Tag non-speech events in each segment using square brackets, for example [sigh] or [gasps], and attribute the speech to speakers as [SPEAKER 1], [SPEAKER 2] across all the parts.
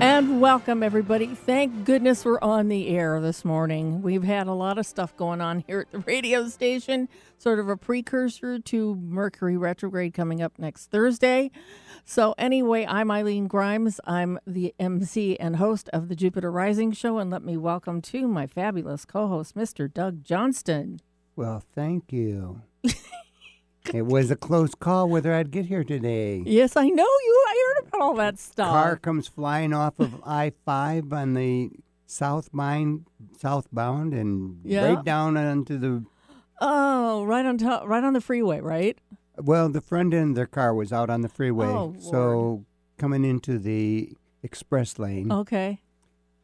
[SPEAKER 1] And welcome, everybody. Thank goodness we're on the air this morning. We've had a lot of stuff going on here at the radio station, sort of a precursor to Mercury retrograde coming up next Thursday. So, anyway, I'm Eileen Grimes. I'm the MC and host of the Jupiter Rising Show. And let me welcome to my fabulous co host, Mr. Doug Johnston.
[SPEAKER 2] Well,
[SPEAKER 1] [laughs]
[SPEAKER 2] thank you. it was a close call whether I'd get here today.
[SPEAKER 1] Yes, I know you. I heard about all that stuff.
[SPEAKER 2] Car comes flying
[SPEAKER 1] [laughs]
[SPEAKER 2] off of I five on the south mine southbound and
[SPEAKER 1] Yeah.
[SPEAKER 2] right down onto the
[SPEAKER 1] Oh, right on top, right on the freeway, right?
[SPEAKER 2] well, the front end of their car was out on the freeway.
[SPEAKER 1] Oh,
[SPEAKER 2] so coming into the express lane.
[SPEAKER 1] Okay.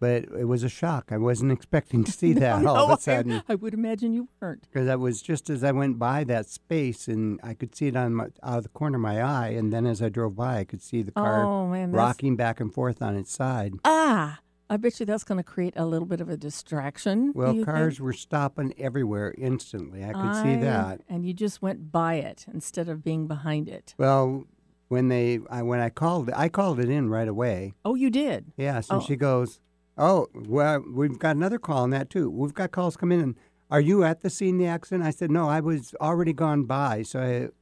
[SPEAKER 2] But it was a shock. I wasn't expecting
[SPEAKER 1] [laughs]
[SPEAKER 2] to see that all
[SPEAKER 1] No,
[SPEAKER 2] of
[SPEAKER 1] I-
[SPEAKER 2] a sudden.
[SPEAKER 1] I would imagine you weren't.
[SPEAKER 2] Because I was just as I went by that space, and I could see it on my, out of the corner of my eye, and then as I drove by, I could see the car
[SPEAKER 1] Oh man, that's-
[SPEAKER 2] rocking back and forth on its side.
[SPEAKER 1] Ah, I bet you that's going to create a little bit of a distraction. do
[SPEAKER 2] Well,
[SPEAKER 1] you
[SPEAKER 2] cars
[SPEAKER 1] think?
[SPEAKER 2] were stopping everywhere instantly. I could see
[SPEAKER 1] I-
[SPEAKER 2] that.
[SPEAKER 1] and you just went by it instead of being behind it.
[SPEAKER 2] Well, when they I, when I called, I called it in right away.
[SPEAKER 1] Oh, you did.
[SPEAKER 2] Yes, and
[SPEAKER 1] Oh.
[SPEAKER 2] she goes, "Oh, well, we've got another call on that too. We've got calls come in. And, Are you at the scene of the accident?" I said, "No, I was already gone by, so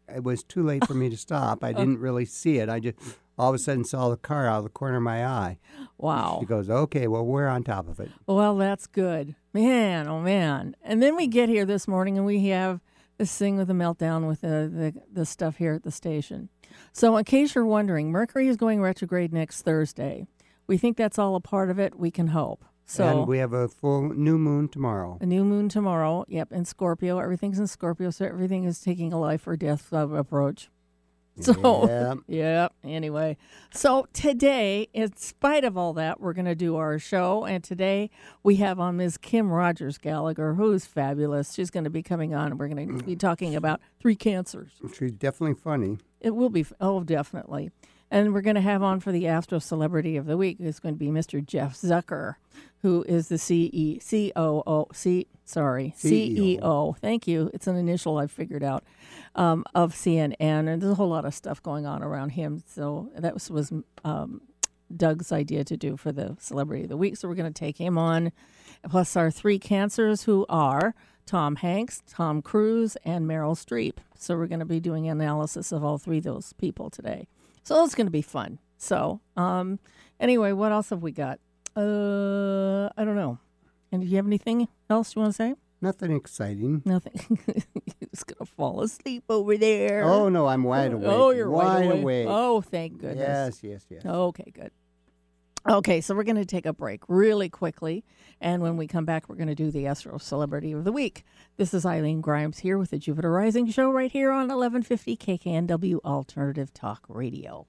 [SPEAKER 2] I, it was too late for me to
[SPEAKER 1] [laughs]
[SPEAKER 2] stop. I didn't really see it. I just all of a sudden saw the car out of the corner of my eye."
[SPEAKER 1] Wow.
[SPEAKER 2] [laughs] She goes, "Okay, well, we're on top of it."
[SPEAKER 1] Well, that's good, man. Oh man. And then we get here this morning, and we have this thing with the meltdown with the the, the stuff here at the station. So, in case you're wondering, Mercury is going retrograde next Thursday. We think that's all a part of it. We can hope. So
[SPEAKER 2] and we have a full new moon tomorrow.
[SPEAKER 1] A new moon tomorrow. Yep, in Scorpio. Everything's in Scorpio, so everything is taking a life or death uh, approach. [laughs] So,
[SPEAKER 2] Yeah.
[SPEAKER 1] [laughs] yep. Anyway, so today, in spite of all that, we're going to do our show. And today we have on Ms. Kim Rogers Gallagher, who's fabulous. She's going to be coming on, and we're going to be talking about three cancers.
[SPEAKER 2] She's definitely funny.
[SPEAKER 1] It will be, oh, definitely. And we're going to have on for the Astro Celebrity of the Week is going to be Mr. Jeff Zucker, who is the CE, COO, C, sorry, CEO.
[SPEAKER 2] CEO.
[SPEAKER 1] Thank you. It's an initial I figured out um, of CNN. And there's a whole lot of stuff going on around him. So that was, was um, Doug's idea to do for the Celebrity of the Week. So we're going to take him on, plus our three cancers who are Tom Hanks, Tom Cruise, and Meryl Streep. So we're going to be doing analysis of all three of those people today. So it's going to be fun. So um, anyway, what else have we got? Uh, I don't know. And do you have anything else you want to say?
[SPEAKER 2] Nothing exciting.
[SPEAKER 1] Nothing. [laughs] He's going to fall asleep over there.
[SPEAKER 2] Oh no, I'm wide awake.
[SPEAKER 1] Oh, you're
[SPEAKER 2] wide
[SPEAKER 1] wide
[SPEAKER 2] awake.
[SPEAKER 1] Oh, thank goodness.
[SPEAKER 2] Yes, yes, yes.
[SPEAKER 1] Okay, good. Okay, so we're going to take a break really quickly. And when we come back, we're going to do the Astro Celebrity of the Week. This is Eileen Grimes here with the Jupiter Rising Show right here on 1150 KKNW Alternative Talk Radio.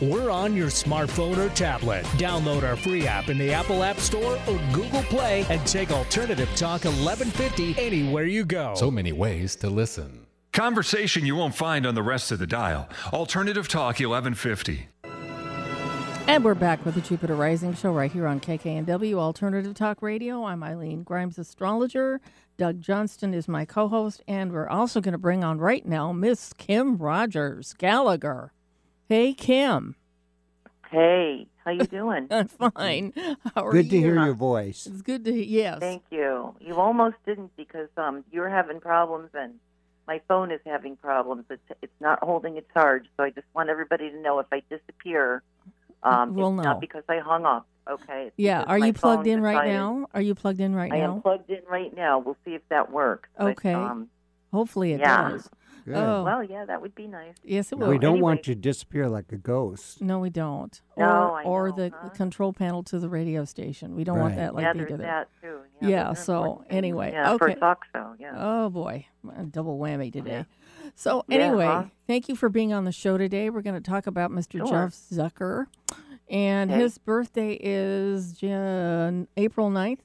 [SPEAKER 3] we're on your smartphone or tablet. Download our free app in the Apple App Store or Google Play and take Alternative Talk 1150 anywhere you go.
[SPEAKER 4] So many ways to listen.
[SPEAKER 5] Conversation you won't find on the rest of the dial. Alternative Talk 1150.
[SPEAKER 1] And we're back with the Jupiter Rising Show right here on KKNW Alternative Talk Radio. I'm Eileen Grimes, astrologer. Doug Johnston is my co host. And we're also going to bring on right now Miss Kim Rogers Gallagher. Hey, Kim.
[SPEAKER 6] Hey, how you
[SPEAKER 1] [laughs]
[SPEAKER 6] doing?
[SPEAKER 1] I'm fine. How are
[SPEAKER 2] Good to
[SPEAKER 1] you?
[SPEAKER 2] hear your voice.
[SPEAKER 1] It's good to hear. Yes.
[SPEAKER 6] Thank you. You almost didn't because um you were having problems and my phone is having problems. It's it's not holding its charge, so I just want everybody to know if I disappear, um,
[SPEAKER 1] We'll
[SPEAKER 6] it's
[SPEAKER 1] know.
[SPEAKER 6] not because I hung up. Okay. It's
[SPEAKER 1] yeah.
[SPEAKER 6] because
[SPEAKER 1] Are
[SPEAKER 6] my
[SPEAKER 1] you plugged
[SPEAKER 6] phone
[SPEAKER 1] in right
[SPEAKER 6] decided-
[SPEAKER 1] now? Are you plugged in right
[SPEAKER 6] I
[SPEAKER 1] now?
[SPEAKER 6] am plugged in right now. We'll see if that works. But,
[SPEAKER 1] Okay.
[SPEAKER 6] um,
[SPEAKER 1] Hopefully it
[SPEAKER 6] Yeah.
[SPEAKER 1] does.
[SPEAKER 2] Good.
[SPEAKER 1] Oh,
[SPEAKER 6] well, yeah, that would be nice.
[SPEAKER 1] yes, it
[SPEAKER 2] we
[SPEAKER 1] will.
[SPEAKER 2] don't
[SPEAKER 6] anyway.
[SPEAKER 2] want you to disappear like a ghost.
[SPEAKER 1] No, we don't.
[SPEAKER 6] No,
[SPEAKER 1] or or
[SPEAKER 6] I know,
[SPEAKER 1] the
[SPEAKER 6] huh?
[SPEAKER 1] control panel to the radio station. We don't want
[SPEAKER 2] Right.
[SPEAKER 1] that like
[SPEAKER 6] yeah,
[SPEAKER 1] they
[SPEAKER 6] there's
[SPEAKER 1] did it.
[SPEAKER 6] that too.
[SPEAKER 1] Yeah,
[SPEAKER 6] those are
[SPEAKER 1] so
[SPEAKER 6] important things.
[SPEAKER 1] anyway,
[SPEAKER 6] yeah,
[SPEAKER 1] okay.
[SPEAKER 6] for Soxo, yeah.
[SPEAKER 1] Oh boy, a double whammy today. So
[SPEAKER 6] Yeah,
[SPEAKER 1] anyway,
[SPEAKER 6] huh?
[SPEAKER 1] thank you for being on the show today. We're going to talk about Mr.
[SPEAKER 6] Sure.
[SPEAKER 1] Jeff Zucker And
[SPEAKER 6] Okay.
[SPEAKER 1] his birthday is Jan- April 9th,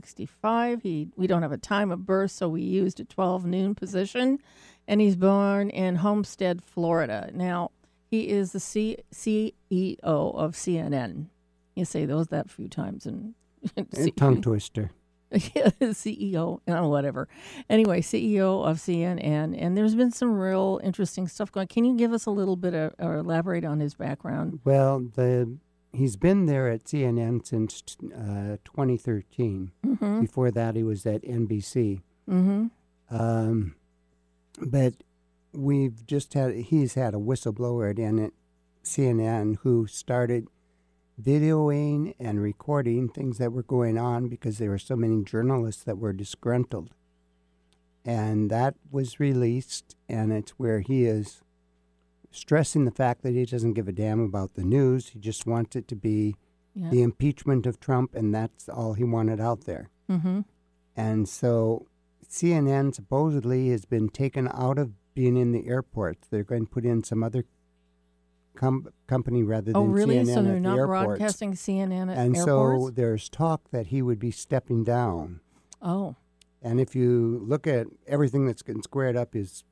[SPEAKER 1] 1965. He we don't have a time of birth, so we used a 12 noon position. And he's born in Homestead, Florida. Now, he is the C- CEO of CNN. You say those that few times and [laughs]
[SPEAKER 2] A Eh, tongue twister.
[SPEAKER 1] yeah, [laughs] CEO, uh, whatever. Anyway, CEO of CNN, and there's been some real interesting stuff going. Can you give us a little bit of, or elaborate on his background?
[SPEAKER 2] Well, the he's been there at CNN since uh, 2013.
[SPEAKER 1] Mm-hmm.
[SPEAKER 2] Before that, he was at NBC.
[SPEAKER 1] Mm-hmm.
[SPEAKER 2] Um, but we've just had he's had a whistleblower at N- CNN who started videoing and recording things that were going on because there were so many journalists that were disgruntled. And that was released, and it's where he is stressing the fact that he doesn't give a damn about the news. He just wants it to be
[SPEAKER 1] Yeah.
[SPEAKER 2] the impeachment of Trump, and that's all he wanted out there.
[SPEAKER 1] Mm-hmm.
[SPEAKER 2] And so CNN supposedly has been taken out of being in the airports. They're going to put in some other com- company rather
[SPEAKER 1] Oh,
[SPEAKER 2] than
[SPEAKER 1] really?
[SPEAKER 2] CNN
[SPEAKER 1] so
[SPEAKER 2] at
[SPEAKER 1] they're
[SPEAKER 2] the
[SPEAKER 1] not
[SPEAKER 2] airports.
[SPEAKER 1] broadcasting CNN at
[SPEAKER 2] and so
[SPEAKER 1] airports?
[SPEAKER 2] there's talk that he would be stepping down.
[SPEAKER 1] oh,
[SPEAKER 2] And if you look at everything that's getting squared up is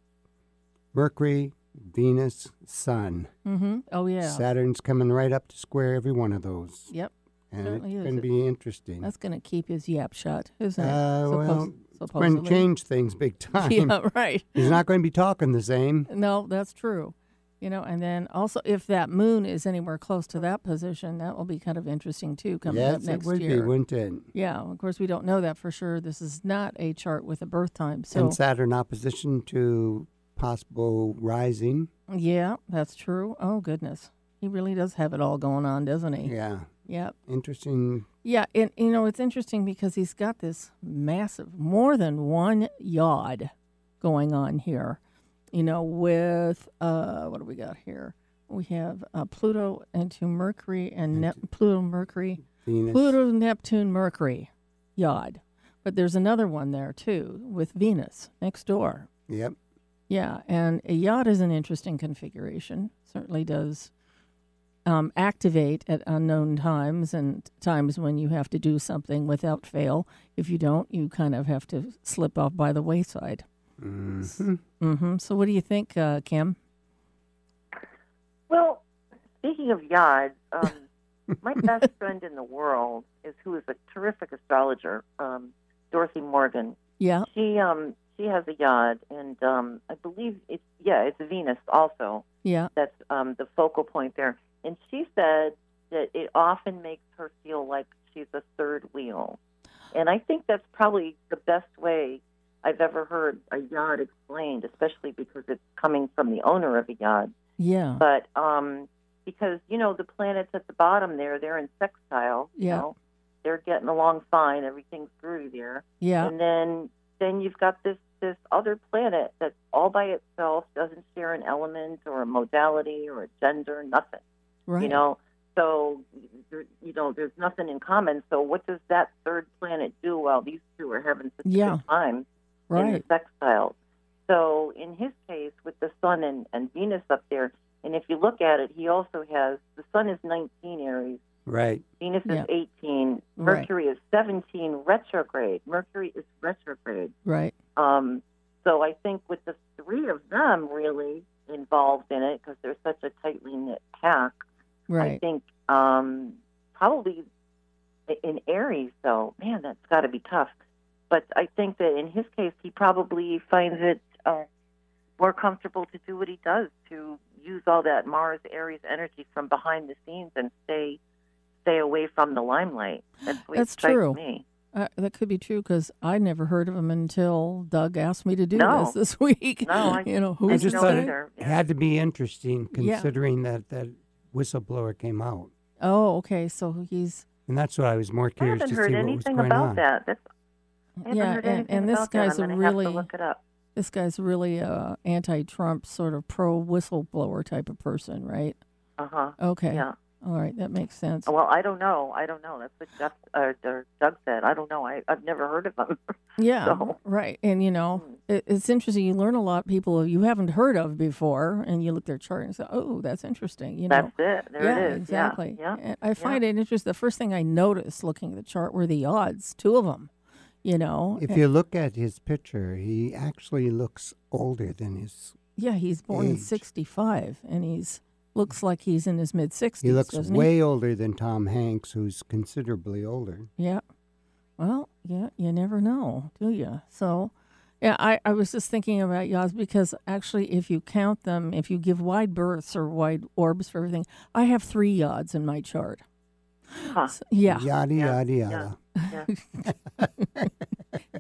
[SPEAKER 2] Mercury, Venus, Sun.
[SPEAKER 1] mm-hmm. Oh, yeah.
[SPEAKER 2] Saturn's coming right up to square every one of those.
[SPEAKER 1] Yep.
[SPEAKER 2] And
[SPEAKER 1] certainly is.
[SPEAKER 2] it's going to be interesting.
[SPEAKER 1] That's going to keep his yap shut, isn't it?
[SPEAKER 2] Uh, well, it's going to
[SPEAKER 1] supposedly. [laughs]
[SPEAKER 2] change things big time.
[SPEAKER 1] Yeah, right.
[SPEAKER 2] He's not going to be talking the same.
[SPEAKER 1] No, that's true. You know, and then also if that moon is anywhere close to that position, that will be kind of interesting too coming
[SPEAKER 2] yes,
[SPEAKER 1] up next
[SPEAKER 2] it would
[SPEAKER 1] year.
[SPEAKER 2] be, wouldn't it?
[SPEAKER 1] Yeah, of course we don't know that for sure. This is not a chart with a birth time. So
[SPEAKER 2] and Saturn opposition to possible rising.
[SPEAKER 1] yeah, that's true. Oh goodness. He really does have it all going on, doesn't he?
[SPEAKER 2] Yeah,
[SPEAKER 1] Yep.
[SPEAKER 2] interesting.
[SPEAKER 1] Yeah, and you know, it's interesting because he's got this massive more than one yod going on here. You know, with uh what do we got here? We have uh, Pluto into Mercury and Nep- Pluto Mercury
[SPEAKER 2] Venus.
[SPEAKER 1] Pluto, Neptune, Mercury, Yod. But there's another one there too with Venus next door.
[SPEAKER 2] Yep.
[SPEAKER 1] Yeah, and a Yod is an interesting configuration. Certainly does um, activate at unknown times and times when you have to do something without fail. If you don't, you kind of have to slip off by the wayside.
[SPEAKER 2] Mhm.
[SPEAKER 1] hmm So, what do you think, uh, Kim?
[SPEAKER 6] Well, speaking of yachts, um, my [laughs] best friend in the world is who is a terrific astrologer, um, Dorothy Morgan.
[SPEAKER 1] Yeah.
[SPEAKER 6] She um, she has a yacht, and um, I believe it's yeah, it's Venus also.
[SPEAKER 1] Yeah.
[SPEAKER 6] That's um, the focal point there. And she said that it often makes her feel like she's a third wheel, and I think that's probably the best way I've ever heard a yacht explained, especially because it's coming from the owner of a yacht
[SPEAKER 1] Yeah.
[SPEAKER 6] but um, because you know the planets at the bottom there, they're in sextile. you
[SPEAKER 1] Yeah.
[SPEAKER 6] know. they're getting along fine. Everything's groovy there.
[SPEAKER 1] Yeah.
[SPEAKER 6] And then then you've got this this other planet that's all by itself, doesn't share an element or a modality or a gender, nothing.
[SPEAKER 1] Right.
[SPEAKER 6] You know. So, there- you know, there's nothing in common. So, what does that third planet do while these two are having such a
[SPEAKER 1] Yeah.
[SPEAKER 6] good time? in the
[SPEAKER 1] right.
[SPEAKER 6] sextile. So in his case, with the Sun and, and Venus up there, and if you look at it, he also has the Sun is 19 Aries,
[SPEAKER 2] Right.
[SPEAKER 6] Venus
[SPEAKER 1] Yeah.
[SPEAKER 6] is 18,
[SPEAKER 1] Right.
[SPEAKER 6] Mercury is 17 retrograde. Mercury is retrograde.
[SPEAKER 1] Right.
[SPEAKER 6] Um, so I think with the three of them really involved in it, because they're such a tightly knit pack, I
[SPEAKER 1] Right.
[SPEAKER 6] think um, probably in Aries, though, man, that's got to be tough. But I think that in his case, he probably finds it uh, more comfortable to do what he does to use all that Mars Aries energy from behind the scenes and stay stay away from the limelight. That's, what
[SPEAKER 1] That's
[SPEAKER 6] strikes
[SPEAKER 1] true.
[SPEAKER 6] Me.
[SPEAKER 1] Uh, that could be true because I never heard of him until Doug asked me to do
[SPEAKER 6] No.
[SPEAKER 1] this [laughs] this week.
[SPEAKER 6] No, I-
[SPEAKER 1] you know
[SPEAKER 6] I
[SPEAKER 1] who's
[SPEAKER 2] just
[SPEAKER 6] didn't
[SPEAKER 1] to
[SPEAKER 6] know
[SPEAKER 2] thought
[SPEAKER 1] say?
[SPEAKER 6] either.
[SPEAKER 2] It
[SPEAKER 6] Yeah.
[SPEAKER 2] had to be interesting
[SPEAKER 1] Yeah.
[SPEAKER 2] considering that that whistleblower came out,
[SPEAKER 1] Oh, okay. So he's
[SPEAKER 2] and that's what I was more
[SPEAKER 6] I
[SPEAKER 2] curious
[SPEAKER 6] haven't
[SPEAKER 2] to
[SPEAKER 6] heard
[SPEAKER 2] see what was
[SPEAKER 6] anything
[SPEAKER 2] going
[SPEAKER 6] about
[SPEAKER 2] on.
[SPEAKER 6] that. That's, I haven't
[SPEAKER 1] yeah,
[SPEAKER 6] heard
[SPEAKER 1] and,
[SPEAKER 6] anything
[SPEAKER 1] and this
[SPEAKER 6] about that. I'm
[SPEAKER 1] guy's a
[SPEAKER 6] gonna
[SPEAKER 1] really
[SPEAKER 6] have to look it up.
[SPEAKER 1] this guy's really a anti-Trump sort of pro whistleblower type of person, right?
[SPEAKER 6] Uh huh.
[SPEAKER 1] Okay.
[SPEAKER 6] Yeah. Oh,
[SPEAKER 1] All right, that makes sense.
[SPEAKER 6] Well, I don't know. I don't know. That's what Jeff, uh, or Doug said. I don't know. I, I've never heard of them. [laughs]
[SPEAKER 1] Yeah,
[SPEAKER 6] So- Hmm.
[SPEAKER 1] right. And you know, it, it's interesting. You learn a lot of people you haven't heard of before, and you look their chart and say, "Oh, that's interesting." You know,
[SPEAKER 6] That's it. There
[SPEAKER 1] yeah,
[SPEAKER 6] it is. Yeah.
[SPEAKER 1] exactly.
[SPEAKER 6] Yeah.
[SPEAKER 1] And I find it interesting. The first thing I noticed looking at the chart were the odds, two of them. You know,
[SPEAKER 2] If
[SPEAKER 1] And-
[SPEAKER 2] you look at his picture, he actually looks older than his.
[SPEAKER 1] yeah, he's born in
[SPEAKER 2] Age.
[SPEAKER 1] '65, and he's looks like he's in his mid '60s.
[SPEAKER 2] He looks
[SPEAKER 1] doesn't
[SPEAKER 2] way older than Tom Hanks, who's considerably older.
[SPEAKER 1] He? Yeah. Well, yeah, you never know, do you? So, yeah, I, I was just thinking about yaws because actually, if you count them, if you give wide berths or wide orbs for everything, I have three yods in my chart.
[SPEAKER 6] Huh.
[SPEAKER 1] So- yeah.
[SPEAKER 2] Yada
[SPEAKER 6] Yeah,
[SPEAKER 2] yada
[SPEAKER 6] yeah.
[SPEAKER 2] yada.
[SPEAKER 6] yeah.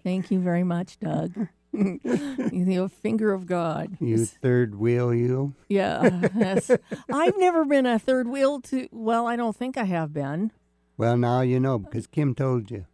[SPEAKER 1] Thank you very much,
[SPEAKER 2] [laughs]
[SPEAKER 1] Doug. the finger of God.
[SPEAKER 2] You third wheel, you.
[SPEAKER 1] Yeah. that's- I've never been a third wheel to, well, I don't think I have been. [laughs]
[SPEAKER 2] Well, now you know because Kim told you.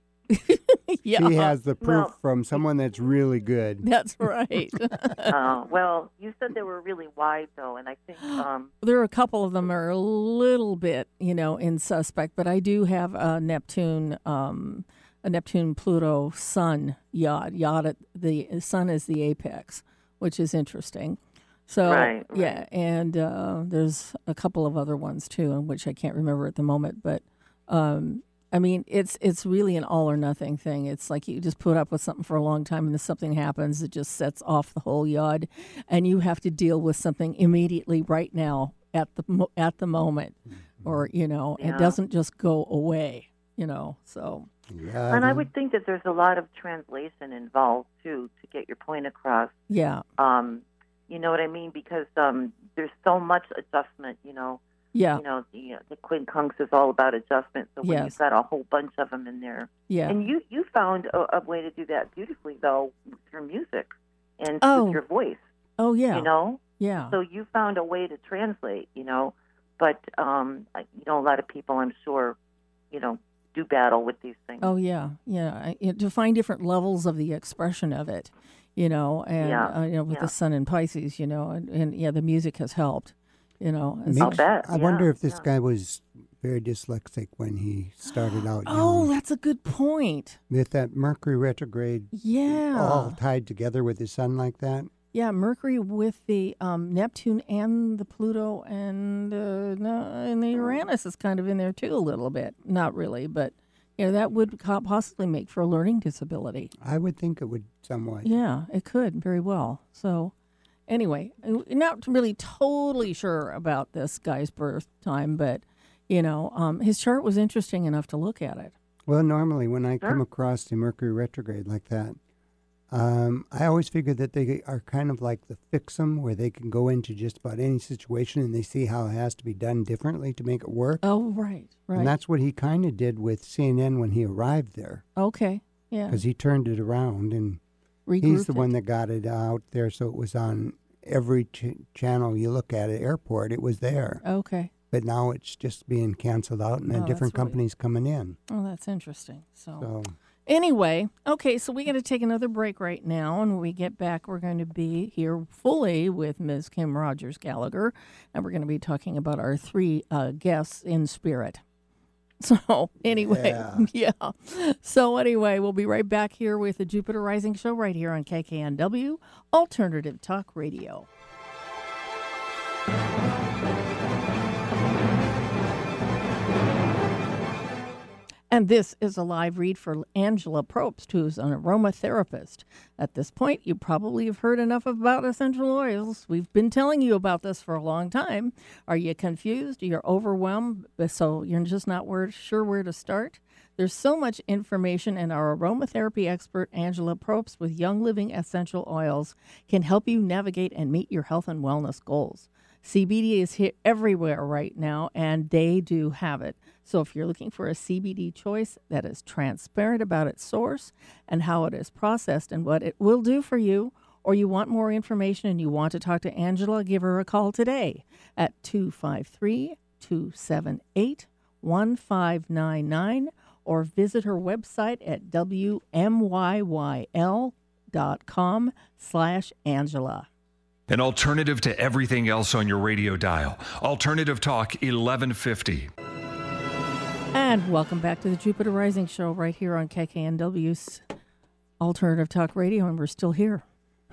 [SPEAKER 1] yeah. uh-huh.
[SPEAKER 2] She has the proof
[SPEAKER 6] Well-
[SPEAKER 2] from someone that's really good.
[SPEAKER 1] That's right. [laughs]
[SPEAKER 6] Uh, well, you said they were really wide though, and I
[SPEAKER 1] [gasps]
[SPEAKER 6] think um,
[SPEAKER 1] there are a couple of them are a little bit, you know, in suspect, but I do have a Neptune, um, a Neptune Pluto Sun yacht. Yacht at the Sun is the apex, which is interesting. So
[SPEAKER 6] Right,
[SPEAKER 1] yeah, and uh, there's a couple of other ones too, in which I can't remember at the moment. But um, I mean, it's it's really an all or nothing thing. It's like you just put up with something for a long time, and then something happens that just sets off the whole yard, and you have to deal with something immediately right now at the mo- at the moment, or you know,
[SPEAKER 6] Yeah.
[SPEAKER 1] it doesn't just go away. You know, so
[SPEAKER 2] Yeah.
[SPEAKER 6] and I would think that there's a lot of translation involved too to get your point across.
[SPEAKER 1] yeah,
[SPEAKER 6] Um, you know what I mean? Because um, there's so much adjustment. You know,
[SPEAKER 1] yeah,
[SPEAKER 6] you know, the, you know, the quincunx is all about adjustment. So when
[SPEAKER 1] Yes.
[SPEAKER 6] you've got a whole bunch of them in there,
[SPEAKER 1] yeah.
[SPEAKER 6] and you you found a, a way to do that beautifully though through music and
[SPEAKER 1] Oh.
[SPEAKER 6] with your voice.
[SPEAKER 1] oh yeah,
[SPEAKER 6] You know,
[SPEAKER 1] yeah,
[SPEAKER 6] So you found a way to translate, you know, but um, I- you know a lot of people, I'm sure, you know, do battle with these things.
[SPEAKER 1] Oh yeah, yeah. I, you know, to find different levels of the expression of it, you know, and
[SPEAKER 6] Yeah,
[SPEAKER 1] uh, you know, with
[SPEAKER 6] yeah.
[SPEAKER 1] the sun and Pisces, you know, and, and yeah, the music has helped, you know. and
[SPEAKER 2] Makes-
[SPEAKER 1] so-
[SPEAKER 6] I'll bet,
[SPEAKER 2] I wonder
[SPEAKER 6] yeah,
[SPEAKER 2] if this
[SPEAKER 6] yeah.
[SPEAKER 2] guy was very dyslexic when he started out.
[SPEAKER 1] [gasps] oh,
[SPEAKER 2] young.
[SPEAKER 1] that's a good point.
[SPEAKER 2] with that Mercury retrograde
[SPEAKER 1] Yeah,
[SPEAKER 2] all tied together with the sun like that.
[SPEAKER 1] yeah. Mercury with the um, Neptune and the Pluto and uh, no, and the Uranus is kind of in there too a little bit. Not really, but you know that would co- possibly make for a learning disability.
[SPEAKER 2] I would think it would somewhat.
[SPEAKER 1] Yeah, it could very well. So, anyway, I'm not really totally sure about this guy's birth time, but you know, um, his chart was interesting enough to look at it.
[SPEAKER 2] Well, normally when I come
[SPEAKER 6] Sure.
[SPEAKER 2] across the Mercury retrograde like that, um, I always figure that they are kind of like the fixum, where they can go into just about any situation and they see how it has to be done differently to make it work.
[SPEAKER 1] Oh, right, right.
[SPEAKER 2] And that's what he kind of did with CNN when he arrived there,
[SPEAKER 1] okay. Yeah,
[SPEAKER 2] because he turned it around and he's
[SPEAKER 1] regrouped
[SPEAKER 2] the
[SPEAKER 1] it.
[SPEAKER 2] one that got it out there, so it was on every ch- channel you look at at airport. It was there,
[SPEAKER 1] Okay.
[SPEAKER 2] but now it's just being canceled out and
[SPEAKER 1] Oh,
[SPEAKER 2] then
[SPEAKER 1] that's Oh.
[SPEAKER 2] different
[SPEAKER 1] what he-
[SPEAKER 2] companies coming in.
[SPEAKER 1] Oh, that's interesting. So,
[SPEAKER 2] So [laughs]
[SPEAKER 1] anyway, okay. So we got to take another break right now, and when we get back, we're going to be here fully with Ms. Kim Rogers Gallagher, and we're going to be talking about our three uh, guests in spirit. [laughs] So anyway, [laughs] yeah. So anyway, we'll be right back here with the Jupiter Rising Show right here on KKNW Alternative Talk Radio. And this is a live read for Angela Probst, who's an aromatherapist. At this point, you probably have heard enough about essential oils. We've been telling you about this for a long time. Are you confused? You're overwhelmed, but so you're just not where, sure where to start? There's so much information, and our aromatherapy expert, Angela Probst, with Young Living Essential Oils, can help you navigate and meet your health and wellness goals. CBD is here everywhere right now, and they do have it. So if you're looking for a CBD choice that is transparent about its source and how it is processed and what it will do for you, or you want more information and you want to talk to Angela, give her a call today at 253 278 1599 or visit her website at wmyyl.com slash Angela.
[SPEAKER 5] An alternative to everything else on your radio dial. Alternative Talk 1150.
[SPEAKER 1] And welcome back to the Jupiter Rising Show right here on KKNW's Alternative Talk Radio, and we're still here.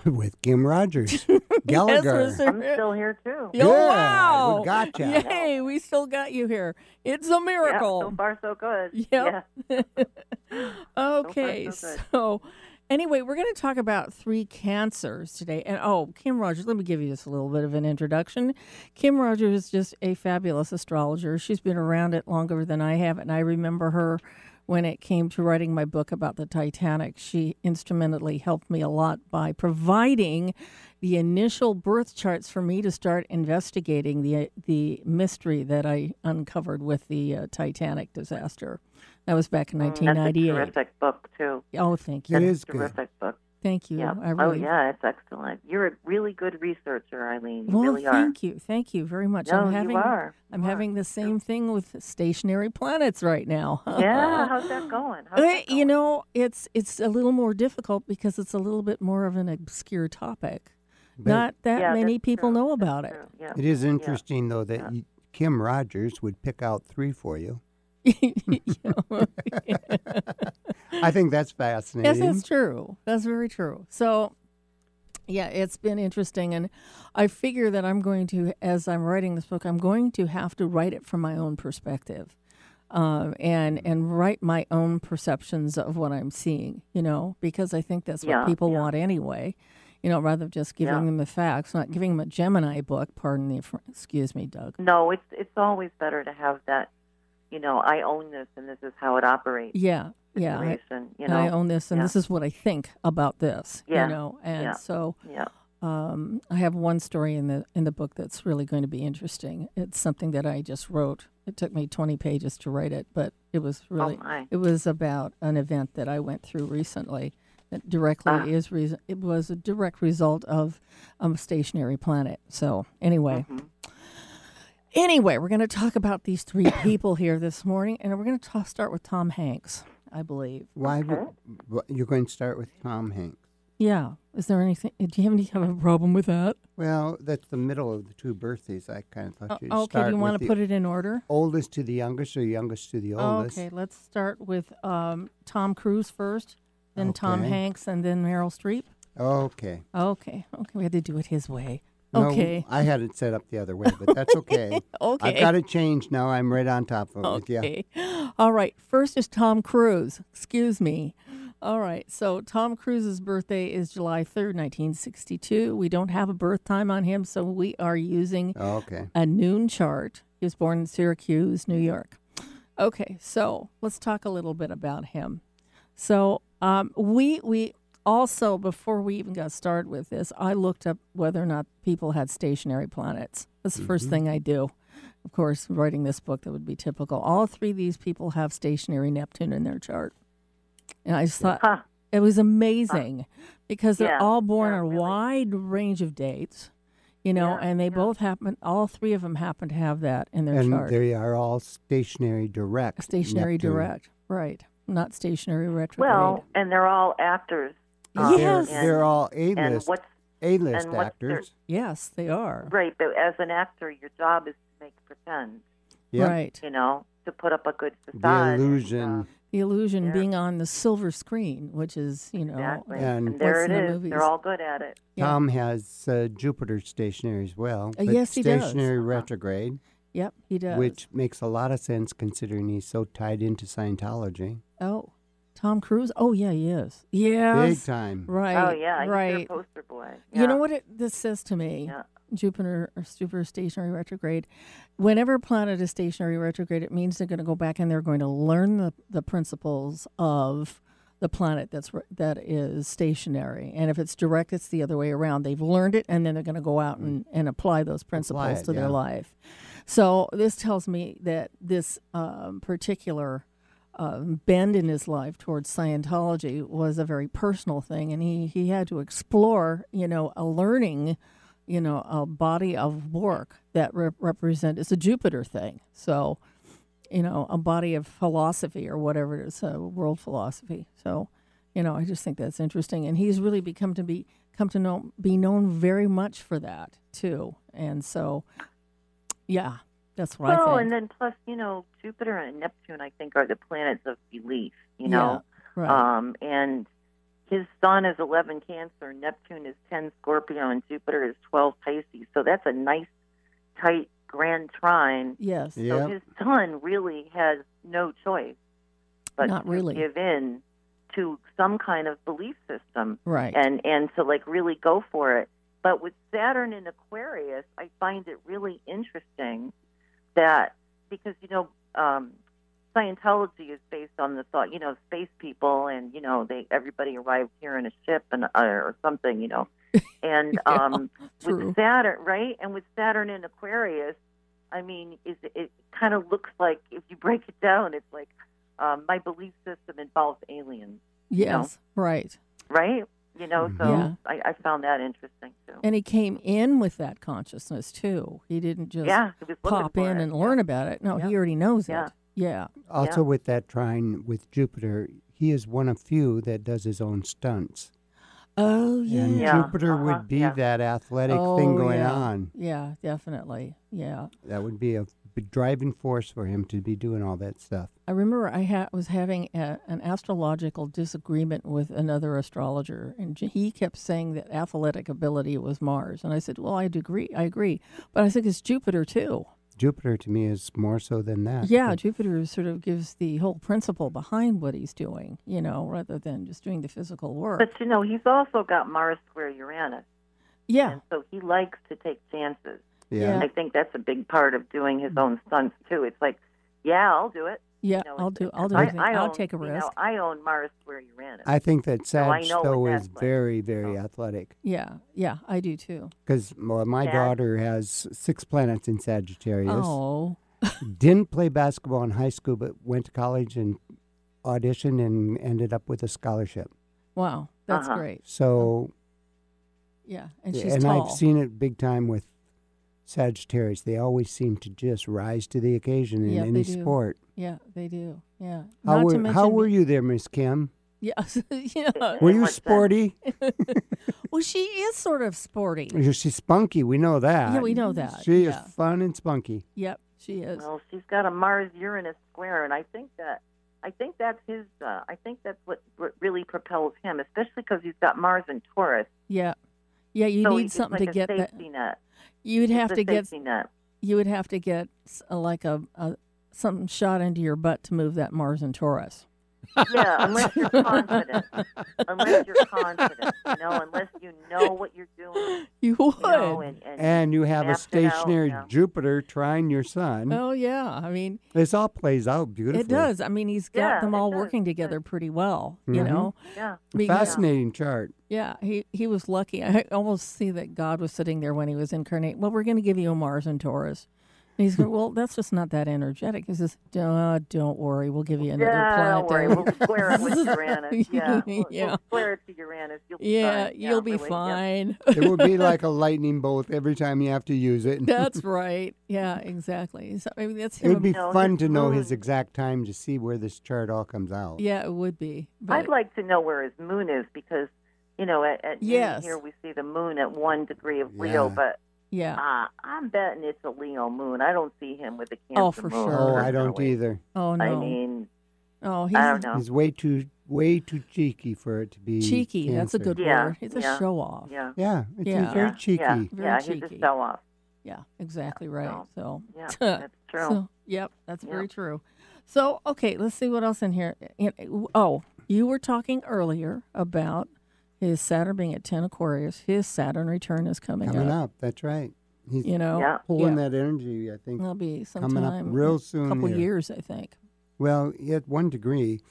[SPEAKER 2] with Kim Rogers,
[SPEAKER 1] [laughs] Yes, we're
[SPEAKER 2] [laughs] Gallagher.
[SPEAKER 1] still
[SPEAKER 6] I'm
[SPEAKER 1] here.
[SPEAKER 6] still here
[SPEAKER 1] [laughs]
[SPEAKER 6] too.
[SPEAKER 1] Yo,
[SPEAKER 2] Good.
[SPEAKER 1] wow.
[SPEAKER 2] We gotcha.
[SPEAKER 1] Yay, we still got you here. It's a
[SPEAKER 6] Yeah, so
[SPEAKER 1] miracle.
[SPEAKER 6] far so good.
[SPEAKER 1] Yep.
[SPEAKER 6] Yeah.
[SPEAKER 1] okay,
[SPEAKER 6] [laughs] so
[SPEAKER 1] so,
[SPEAKER 6] good.
[SPEAKER 1] anyway, we're going to talk about three cancers today. And oh, Kim Rogers, let me give you just a little bit of an introduction. Kim Rogers is just a fabulous astrologer. She's been around it longer than I have, and I remember her when it came to writing my book about the Titanic. She instrumentally helped me a lot by providing the initial birth charts for me to start investigating the the mystery that I uncovered with the uh, Titanic disaster. That was back in
[SPEAKER 6] Mm, Oh, That's a
[SPEAKER 1] 1998.
[SPEAKER 6] terrific book too.
[SPEAKER 1] Oh, thank you.
[SPEAKER 2] It
[SPEAKER 6] That's
[SPEAKER 2] is
[SPEAKER 6] a
[SPEAKER 2] good.
[SPEAKER 6] terrific book.
[SPEAKER 1] Thank you.
[SPEAKER 6] Yeah.
[SPEAKER 1] I
[SPEAKER 6] oh
[SPEAKER 1] really.
[SPEAKER 6] yeah, it's excellent. You're a really good researcher, Eileen. You
[SPEAKER 1] Well,
[SPEAKER 6] really are.
[SPEAKER 1] thank you. Thank you very much.
[SPEAKER 6] No,
[SPEAKER 1] I'm
[SPEAKER 6] you
[SPEAKER 1] having
[SPEAKER 6] are.
[SPEAKER 1] I'm
[SPEAKER 6] You are.
[SPEAKER 1] having the same thing with stationary planets right now.
[SPEAKER 6] Yeah, how's that going? How's
[SPEAKER 1] Uh,
[SPEAKER 6] that
[SPEAKER 1] you
[SPEAKER 6] going?
[SPEAKER 1] know, it's it's a little more difficult because it's a little bit more of an obscure topic.
[SPEAKER 2] But
[SPEAKER 1] Not that
[SPEAKER 6] Yeah,
[SPEAKER 1] many
[SPEAKER 6] that's
[SPEAKER 1] people
[SPEAKER 6] true.
[SPEAKER 1] know
[SPEAKER 6] That's
[SPEAKER 1] about
[SPEAKER 6] true. Yeah.
[SPEAKER 2] It is interesting, though, that you, Kim Rogers would pick out three for you.
[SPEAKER 1] it. [laughs] You know?
[SPEAKER 6] [laughs]
[SPEAKER 1] [laughs]
[SPEAKER 2] I think that's
[SPEAKER 1] Yes,
[SPEAKER 2] fascinating.
[SPEAKER 1] that's true. That's very true. So, yeah, it's been interesting, and I figure that I'm going to, as I'm writing this book, I'm going to have to write it from my own perspective, um, and and write my own perceptions of what I'm seeing. You know, because I think that's what
[SPEAKER 6] Yeah,
[SPEAKER 1] people
[SPEAKER 6] yeah.
[SPEAKER 1] want anyway. You know, rather than just giving
[SPEAKER 6] Yeah.
[SPEAKER 1] them the facts, not giving them a Gemini book. Pardon the, fr- excuse me, Doug.
[SPEAKER 6] No, it's it's always better to have that. You know, I own this, and this is how it operates.
[SPEAKER 1] Yeah, yeah. I,
[SPEAKER 6] Situation, you
[SPEAKER 1] and
[SPEAKER 6] know.
[SPEAKER 1] I own this, and
[SPEAKER 6] yeah.
[SPEAKER 1] this is what I think about this.
[SPEAKER 6] Yeah,
[SPEAKER 1] You know, and
[SPEAKER 6] yeah.
[SPEAKER 1] so.
[SPEAKER 6] yeah.
[SPEAKER 1] Um, I have one story in the in the book that's really going to be interesting. It's something that I just wrote. It took me 20 pages to write it, but it was really
[SPEAKER 6] Oh, my.
[SPEAKER 1] it was about an event that I went through recently that directly
[SPEAKER 6] Ah.
[SPEAKER 1] is reason it was a direct result of um, a stationary planet. So anyway.
[SPEAKER 6] Mm-hmm.
[SPEAKER 1] Anyway, we're going to talk about these three [coughs] people here this morning, and we're going to ta- start with Tom Hanks, I believe.
[SPEAKER 2] Why would, wh- you're going to start with Tom Hanks?
[SPEAKER 1] Yeah. Is there anything? Do you have any kind of problem with that?
[SPEAKER 2] Well, that's the middle of the two birthdays. I kind of thought you'd
[SPEAKER 1] Oh, okay. Do
[SPEAKER 2] start
[SPEAKER 1] you
[SPEAKER 2] want to
[SPEAKER 1] put it in order?
[SPEAKER 2] oldest to the youngest or youngest to the oldest.
[SPEAKER 1] Okay, let's start with um, Tom Cruise first, then Tom
[SPEAKER 2] Okay.
[SPEAKER 1] Hanks, and then Meryl Streep.
[SPEAKER 2] Okay.
[SPEAKER 1] Okay, [laughs] okay, we had to do it his way.
[SPEAKER 2] No,
[SPEAKER 1] okay,
[SPEAKER 2] I had it set up the other way,
[SPEAKER 1] [laughs]
[SPEAKER 2] but that's okay.
[SPEAKER 1] okay,
[SPEAKER 2] I've got it changed now. I'm right on top of it. Yeah.
[SPEAKER 1] okay. [gasps] All right, first is Tom Cruise. Excuse me. All right, so Tom Cruise's birthday is July 3rd, 1962. We don't have a birth time on him, so we are using
[SPEAKER 2] Okay.
[SPEAKER 1] a noon chart. He was born in Syracuse, New York. Okay, so let's talk a little bit about him. So um, we we also before we even got started with this, I looked up whether or not people had stationary planets. That's the first thing I do. Of course, writing this book that would be typical. All three of these people have stationary Neptune in their chart, and I just thought
[SPEAKER 6] Huh.
[SPEAKER 1] it was amazing because they're
[SPEAKER 6] Uh, Yeah,
[SPEAKER 1] all born
[SPEAKER 6] yeah,
[SPEAKER 1] on a
[SPEAKER 6] really.
[SPEAKER 1] wide range of dates, you know,
[SPEAKER 6] Yeah,
[SPEAKER 1] and they both happen. All three of them happen to have that in their
[SPEAKER 2] And
[SPEAKER 1] chart.
[SPEAKER 2] they are all stationary direct.
[SPEAKER 1] stationary
[SPEAKER 2] Neptune.
[SPEAKER 1] direct, right? Not stationary retrograde.
[SPEAKER 6] Well, and they're all actors.
[SPEAKER 2] Uh, they're-
[SPEAKER 1] Yes.
[SPEAKER 2] They're, all
[SPEAKER 6] And
[SPEAKER 2] A-list,
[SPEAKER 6] what's
[SPEAKER 2] A-list
[SPEAKER 6] and what's their-
[SPEAKER 2] actors.
[SPEAKER 1] yes, they are.
[SPEAKER 6] right? But as an actor, your job is to make pretend.
[SPEAKER 2] Yep.
[SPEAKER 1] Right.
[SPEAKER 6] You know, to put up a good
[SPEAKER 2] The
[SPEAKER 6] facade. uh,
[SPEAKER 2] illusion.
[SPEAKER 1] The illusion
[SPEAKER 6] Yeah.
[SPEAKER 1] being on the silver screen, which is you know,
[SPEAKER 6] And, um, exactly.
[SPEAKER 1] uh,
[SPEAKER 2] And
[SPEAKER 6] and there
[SPEAKER 1] what's
[SPEAKER 6] it
[SPEAKER 1] in the
[SPEAKER 6] is.
[SPEAKER 1] movies.
[SPEAKER 6] They're all good at it.
[SPEAKER 1] yeah.
[SPEAKER 2] Tom has uh, Jupiter stationary as well.
[SPEAKER 1] Uh,
[SPEAKER 2] but
[SPEAKER 1] yes, he does. Uh-huh.
[SPEAKER 2] Stationary retrograde,
[SPEAKER 1] yep, he does.
[SPEAKER 2] which makes a lot of sense considering he's so tied into Scientology.
[SPEAKER 1] oh, Tom Cruise. Oh yeah, he is. Yes,
[SPEAKER 2] Big time.
[SPEAKER 1] right.
[SPEAKER 6] oh yeah, he's their
[SPEAKER 1] right.
[SPEAKER 6] poster boy.
[SPEAKER 1] You
[SPEAKER 6] Yeah.
[SPEAKER 1] know what it, this says to me?
[SPEAKER 6] Yeah.
[SPEAKER 1] Jupiter or super stationary retrograde. Whenever a planet is stationary retrograde, it means they're going to go back and they're going to learn the, the principles of the planet that's re- that is stationary. And if it's direct, it's the other way around. They've learned it and then they're going to go out and, and apply those principles
[SPEAKER 2] it,
[SPEAKER 1] to
[SPEAKER 2] yeah.
[SPEAKER 1] their life. So this tells me that this um, particular um, bend in his life towards Scientology was a very personal thing, and he, he had to explore, you know, a learning, you know, a body of work that re- represent it's a Jupiter thing. So, you know, a body of philosophy or whatever it is, uh, world philosophy. So, you know, I just think that's interesting, and he's really become to be come to know be known very much for that too, and so, yeah, that's what
[SPEAKER 6] well,
[SPEAKER 1] I think.
[SPEAKER 6] and then plus, you know, Jupiter and Neptune, I think, are the planets of belief. You know,
[SPEAKER 1] yeah, right.
[SPEAKER 6] um, and his sun is eleven Cancer, Neptune is ten Scorpio, and Jupiter is twelve Pisces. So that's a nice, tight, grand trine.
[SPEAKER 1] yes,
[SPEAKER 2] Yeah.
[SPEAKER 6] So his son really has no choice but
[SPEAKER 1] Not
[SPEAKER 6] to
[SPEAKER 1] really.
[SPEAKER 6] give in to some kind of belief system
[SPEAKER 1] right,
[SPEAKER 6] and and to like really go for it. But with Saturn in Aquarius, I find it really interesting that because you know um, Scientology is based on the thought you know space people and you know they everybody arrived here in a ship and uh, or something
[SPEAKER 1] [laughs]
[SPEAKER 6] you know and
[SPEAKER 1] Yeah.
[SPEAKER 6] um,
[SPEAKER 1] true.
[SPEAKER 6] with Saturn, right? And with Saturn in Aquarius, I mean, is it kind of looks like if you break it down, it's like um, my belief system involves aliens,
[SPEAKER 1] Yes, right.
[SPEAKER 6] right? You know, so
[SPEAKER 1] Mm-hmm. Yeah.
[SPEAKER 6] I, I found that interesting too.
[SPEAKER 1] And he came in with that consciousness too. He didn't just
[SPEAKER 6] yeah, it was looking
[SPEAKER 1] pop
[SPEAKER 6] for
[SPEAKER 1] in
[SPEAKER 6] it.
[SPEAKER 1] and learn about it. No,
[SPEAKER 6] Yeah.
[SPEAKER 1] he already knows
[SPEAKER 6] Yeah.
[SPEAKER 1] it. Yeah,
[SPEAKER 2] Also, with that trine with Jupiter, he is one of few that does his own stunts.
[SPEAKER 1] Oh yeah.
[SPEAKER 2] And
[SPEAKER 6] Yeah,
[SPEAKER 2] Jupiter
[SPEAKER 6] uh-huh,
[SPEAKER 2] would be
[SPEAKER 6] yeah.
[SPEAKER 2] that athletic thing
[SPEAKER 1] Oh,
[SPEAKER 2] going
[SPEAKER 1] yeah.
[SPEAKER 2] on.
[SPEAKER 1] Yeah, definitely. Yeah.
[SPEAKER 2] That would be a b- driving force for him to be doing all that stuff.
[SPEAKER 1] I remember I ha- was having a, an astrological disagreement with another astrologer, and j- he kept saying that athletic ability was Mars, and I said, "Well, I agree. I agree, but I think it's Jupiter too.
[SPEAKER 2] Jupiter to me is more so than that.
[SPEAKER 1] Yeah,
[SPEAKER 2] But
[SPEAKER 1] Jupiter sort of gives the whole principle behind what he's doing, you know, rather than just doing the physical work.
[SPEAKER 6] But you know, he's also got Mars square Uranus,
[SPEAKER 1] yeah,
[SPEAKER 6] and so he likes to take chances.
[SPEAKER 1] yeah.
[SPEAKER 6] And I think that's a big part of doing his own stunts too. It's like, yeah, I'll do it.
[SPEAKER 1] yeah,
[SPEAKER 6] You know,
[SPEAKER 1] I'll
[SPEAKER 6] it's-
[SPEAKER 1] do. I'll do.
[SPEAKER 6] I,
[SPEAKER 1] anything.
[SPEAKER 6] I
[SPEAKER 1] I'll
[SPEAKER 6] own-
[SPEAKER 1] take a
[SPEAKER 6] you know,
[SPEAKER 1] risk.
[SPEAKER 6] I own Mars square Uranus.
[SPEAKER 2] I think that
[SPEAKER 6] I
[SPEAKER 2] Sag,
[SPEAKER 6] know what
[SPEAKER 2] though, is
[SPEAKER 6] that's like.
[SPEAKER 2] very, very
[SPEAKER 1] oh.
[SPEAKER 2] athletic.
[SPEAKER 1] yeah, yeah, I do too.
[SPEAKER 2] Because well, my
[SPEAKER 6] Sag-
[SPEAKER 2] daughter has six planets in Sagittarius.
[SPEAKER 1] Oh,
[SPEAKER 2] Didn't play basketball in high school, but went to college and auditioned and ended up with a scholarship.
[SPEAKER 1] wow, that's
[SPEAKER 6] Uh-huh.
[SPEAKER 1] great.
[SPEAKER 2] So,
[SPEAKER 1] Yeah, Oh, and she's
[SPEAKER 2] and
[SPEAKER 1] tall.
[SPEAKER 2] I've seen it big time with Sagittarius. They always seem to just rise to the occasion in
[SPEAKER 1] Yeah, they
[SPEAKER 2] any
[SPEAKER 1] do.
[SPEAKER 2] sport.
[SPEAKER 1] Yeah, they do. Yeah.
[SPEAKER 2] How
[SPEAKER 1] Not
[SPEAKER 2] were
[SPEAKER 1] to mention
[SPEAKER 2] how were
[SPEAKER 1] the-
[SPEAKER 2] you there, Miss Kim?
[SPEAKER 1] [laughs] Yes. yeah.
[SPEAKER 2] Were
[SPEAKER 6] In
[SPEAKER 2] you
[SPEAKER 6] what sense?
[SPEAKER 2] sporty?
[SPEAKER 1] [laughs] Well, she is sort of sporty.
[SPEAKER 2] She's spunky. We know that.
[SPEAKER 1] Yeah, we know that,
[SPEAKER 2] She
[SPEAKER 1] yeah.
[SPEAKER 2] is fun and spunky.
[SPEAKER 1] Yep, she is.
[SPEAKER 6] Well, she's got a Mars Uranus square, and I think that I think that's his. Uh, I think that's what r- really propels him, especially because he's got Mars in Taurus.
[SPEAKER 1] Yeah. Yeah, you
[SPEAKER 6] so
[SPEAKER 1] need
[SPEAKER 6] he's
[SPEAKER 1] something
[SPEAKER 6] like
[SPEAKER 1] to
[SPEAKER 6] a
[SPEAKER 1] get that.
[SPEAKER 6] safety net.
[SPEAKER 1] You'd have
[SPEAKER 6] The
[SPEAKER 1] to get
[SPEAKER 6] safety net.
[SPEAKER 1] you would have to get s- uh, like a, a something shot into your butt to move that Mars and Taurus. [laughs]
[SPEAKER 6] Yeah, unless you're confident. unless you're confident, you know, unless you know what you're doing,
[SPEAKER 1] You would.
[SPEAKER 6] you know, and, and,
[SPEAKER 2] And you have a
[SPEAKER 6] mapped it out,
[SPEAKER 2] stationary
[SPEAKER 6] yeah.
[SPEAKER 2] Jupiter trine your sun.
[SPEAKER 1] oh yeah, I mean
[SPEAKER 2] This all plays out Mm-hmm. beautifully.
[SPEAKER 1] it does. I mean he's got
[SPEAKER 6] Yeah,
[SPEAKER 1] them
[SPEAKER 6] it
[SPEAKER 1] all
[SPEAKER 6] does,
[SPEAKER 1] working
[SPEAKER 6] it does.
[SPEAKER 1] together pretty well, you
[SPEAKER 2] Mhm.
[SPEAKER 1] know.
[SPEAKER 6] yeah.
[SPEAKER 1] Because-
[SPEAKER 2] Fascinating chart.
[SPEAKER 1] Yeah, he, he was lucky. I almost see that God was sitting there when he was incarnate. Well, we're going to give you a Mars and Taurus. And he's
[SPEAKER 6] [laughs]
[SPEAKER 1] going, well, that's just not that energetic. He says, "Duh, don't worry, we'll give you another
[SPEAKER 6] yeah,
[SPEAKER 1] planet.
[SPEAKER 6] don't worry.
[SPEAKER 1] to-"
[SPEAKER 6] We'll square it
[SPEAKER 1] [laughs]
[SPEAKER 6] with Uranus. Yeah, we'll, we'll
[SPEAKER 1] Yeah.
[SPEAKER 6] square it to Uranus. You'll be
[SPEAKER 1] yeah,
[SPEAKER 6] fine.
[SPEAKER 1] you'll be
[SPEAKER 6] really, yeah.
[SPEAKER 1] fine. [laughs]
[SPEAKER 2] It would be like a lightning bolt every time you have to use it.
[SPEAKER 1] [laughs] that's right. Yeah, exactly. So, I mean, that's
[SPEAKER 2] [laughs] it
[SPEAKER 1] him.
[SPEAKER 2] would be
[SPEAKER 6] No,
[SPEAKER 2] fun
[SPEAKER 6] his
[SPEAKER 2] to know his
[SPEAKER 6] moon.
[SPEAKER 2] exact time to see where this chart all comes out.
[SPEAKER 1] yeah, it would be. But
[SPEAKER 6] I'd like to know where his moon is because, you know, at, at noon
[SPEAKER 1] Yes.
[SPEAKER 6] here we see the moon at one degree of Leo,
[SPEAKER 2] Yeah.
[SPEAKER 6] but
[SPEAKER 1] yeah.
[SPEAKER 6] uh, I'm betting it's a Leo moon. I don't see him with a Cancer
[SPEAKER 1] Oh, for
[SPEAKER 6] moon.
[SPEAKER 1] sure.
[SPEAKER 2] Oh, I don't
[SPEAKER 6] personally.
[SPEAKER 2] either.
[SPEAKER 1] Oh no.
[SPEAKER 6] I mean,
[SPEAKER 1] oh, he's
[SPEAKER 6] I don't know.
[SPEAKER 2] He's way too way too cheeky for it to be
[SPEAKER 1] cheeky. That's a
[SPEAKER 2] Cancer.
[SPEAKER 1] good
[SPEAKER 6] Yeah,
[SPEAKER 1] word. He's a
[SPEAKER 6] yeah,
[SPEAKER 1] show off.
[SPEAKER 6] Yeah.
[SPEAKER 2] Yeah, it's
[SPEAKER 1] Yeah.
[SPEAKER 2] he's very
[SPEAKER 6] yeah,
[SPEAKER 2] cheeky.
[SPEAKER 6] Yeah,
[SPEAKER 1] Very
[SPEAKER 6] yeah he's
[SPEAKER 1] cheeky. Oh.
[SPEAKER 6] a show off.
[SPEAKER 1] Yeah, exactly right. So, [laughs]
[SPEAKER 6] Yeah, that's true.
[SPEAKER 1] So, yep, that's
[SPEAKER 6] Yeah.
[SPEAKER 1] very true. So, okay, let's see what else in here. In- Oh, you were talking earlier about his Saturn being at 10 Aquarius. His Saturn return is coming,
[SPEAKER 2] Coming
[SPEAKER 1] up,
[SPEAKER 2] up. That's right. He's
[SPEAKER 1] You know?
[SPEAKER 6] Yeah.
[SPEAKER 2] pulling
[SPEAKER 1] yeah.
[SPEAKER 2] that energy, I think.
[SPEAKER 1] That'll be sometime
[SPEAKER 2] coming up real
[SPEAKER 1] A
[SPEAKER 2] soon
[SPEAKER 1] couple
[SPEAKER 2] here.
[SPEAKER 1] years, I think.
[SPEAKER 2] Well, at one degree,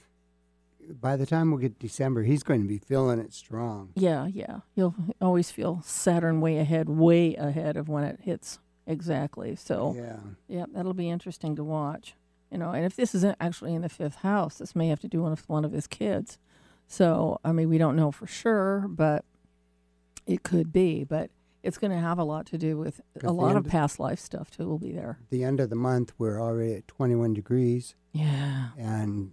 [SPEAKER 2] by the time we get December, he's going to be feeling it strong.
[SPEAKER 1] Yeah, yeah. You'll always feel Saturn way ahead, way ahead of when it hits. Exactly. So,
[SPEAKER 2] Yeah.
[SPEAKER 1] Yeah, that'll be interesting to watch. You know, and if this isn't actually in the fifth house, this may have to do with one of his kids. So, I mean, we don't know for sure, but it could be. But it's going to have a lot to do with
[SPEAKER 2] Because
[SPEAKER 1] a
[SPEAKER 2] the
[SPEAKER 1] lot of
[SPEAKER 2] end-
[SPEAKER 1] past life stuff too. Will be there.
[SPEAKER 2] At the end of the month, we're already at 21 degrees,
[SPEAKER 1] Yeah,
[SPEAKER 2] and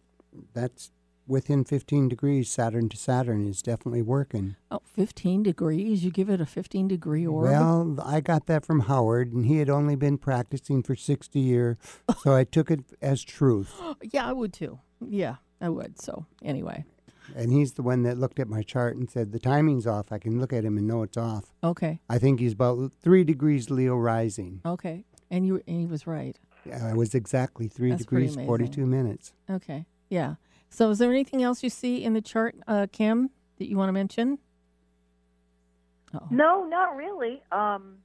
[SPEAKER 2] that's within 15 degrees, Saturn to Saturn is definitely working.
[SPEAKER 1] Oh, 15 degrees? You give it a 15 degree orb?
[SPEAKER 2] Well, I got that from Howard, and he had only been practicing for
[SPEAKER 1] [laughs]
[SPEAKER 2] 60 years, so I took it as truth.
[SPEAKER 1] [gasps] yeah, I would too. Yeah, I would. So, anyway.
[SPEAKER 2] And he's the one that looked at my chart and said, The timing's off. I can look at him and know it's off.
[SPEAKER 1] Okay.
[SPEAKER 2] I think he's about three degrees Leo rising.
[SPEAKER 1] Okay. And you and he was right.
[SPEAKER 2] Yeah, I was exactly three
[SPEAKER 1] That's pretty
[SPEAKER 2] degrees, 42 minutes.
[SPEAKER 1] Okay. Yeah. So, is there anything else you see in the chart, uh, Kim, that you want to mention? Oh, Uh-oh.
[SPEAKER 6] No, not really. Um,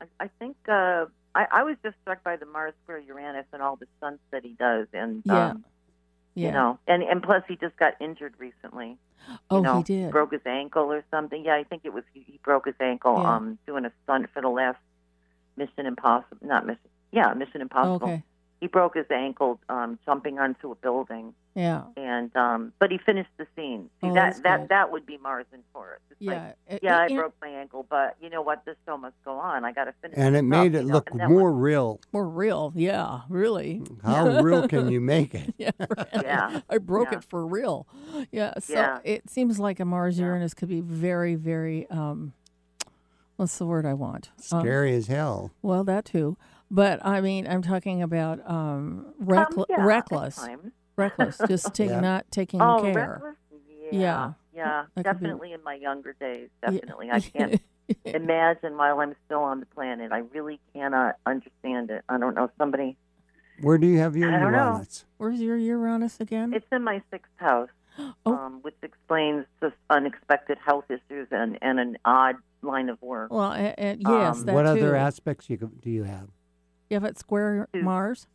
[SPEAKER 6] I, I think uh, I, I was just struck by the Mars square Uranus and all the stunts that he does, and
[SPEAKER 1] Yeah.
[SPEAKER 6] um,
[SPEAKER 1] Yeah.
[SPEAKER 6] you know, and and plus he just got injured recently.
[SPEAKER 1] oh,
[SPEAKER 6] you know,
[SPEAKER 1] he did.
[SPEAKER 6] broke his ankle or something. Yeah, I think it was he, he broke his ankle
[SPEAKER 1] Yeah.
[SPEAKER 6] um doing a stunt for the last Mission Impossible, not Mission, yeah, Mission
[SPEAKER 1] Oh,
[SPEAKER 6] Impossible.
[SPEAKER 1] okay.
[SPEAKER 6] He broke his ankle um jumping onto a building,
[SPEAKER 1] Yeah.
[SPEAKER 6] and um but he finished the scene. See,
[SPEAKER 1] Oh, that's
[SPEAKER 6] that that
[SPEAKER 1] good.
[SPEAKER 6] that would be Mars and Taurus. It's like,
[SPEAKER 1] Yeah. Uh,
[SPEAKER 6] yeah, I
[SPEAKER 1] and-
[SPEAKER 6] broke my ankle, but you know what? This show must go on. I got to finish.
[SPEAKER 2] And
[SPEAKER 6] this
[SPEAKER 2] it
[SPEAKER 6] up,
[SPEAKER 2] made
[SPEAKER 6] you
[SPEAKER 2] it
[SPEAKER 6] know,
[SPEAKER 2] look
[SPEAKER 6] and that
[SPEAKER 2] more
[SPEAKER 6] was-
[SPEAKER 2] real.
[SPEAKER 1] More real. Yeah.
[SPEAKER 2] [laughs]
[SPEAKER 1] Really.
[SPEAKER 2] How
[SPEAKER 1] [laughs]
[SPEAKER 2] real can you make it?
[SPEAKER 1] Yeah.
[SPEAKER 6] Yeah,
[SPEAKER 1] I broke
[SPEAKER 6] yeah.
[SPEAKER 1] it for real. Yeah. So
[SPEAKER 6] Yeah.
[SPEAKER 1] it seems like a Mars
[SPEAKER 6] Yeah.
[SPEAKER 1] Uranus could be very, very, um, what's the word I want? Um,
[SPEAKER 2] Scary as hell.
[SPEAKER 1] well, that too. But I mean, I'm talking about um, reckl-
[SPEAKER 6] Um, yeah, at
[SPEAKER 1] reckless.
[SPEAKER 6] times.
[SPEAKER 1] Reckless.
[SPEAKER 2] [laughs]
[SPEAKER 1] Just take,
[SPEAKER 2] Yeah.
[SPEAKER 1] not taking
[SPEAKER 6] Oh,
[SPEAKER 1] care.
[SPEAKER 6] reckless.
[SPEAKER 1] Yeah.
[SPEAKER 6] Yeah,
[SPEAKER 1] That could be-
[SPEAKER 6] definitely in my younger days.
[SPEAKER 1] Yeah.
[SPEAKER 6] Definitely, I can't imagine while I'm still on the planet. I really cannot understand it. I don't know. Somebody,
[SPEAKER 2] Where do you have your
[SPEAKER 6] I don't know.
[SPEAKER 2] Uranus?
[SPEAKER 1] [laughs] Where's your Uranus again?
[SPEAKER 6] it's in my sixth house,
[SPEAKER 1] Mm. [gasps] Oh.
[SPEAKER 6] um, which explains just unexpected health issues and, and an odd line of work.
[SPEAKER 1] well, uh, uh, yes,
[SPEAKER 6] Um,
[SPEAKER 1] that
[SPEAKER 2] What
[SPEAKER 1] too.
[SPEAKER 2] other aspects you, do you have?
[SPEAKER 1] You have it square
[SPEAKER 6] Two.
[SPEAKER 1] Mars.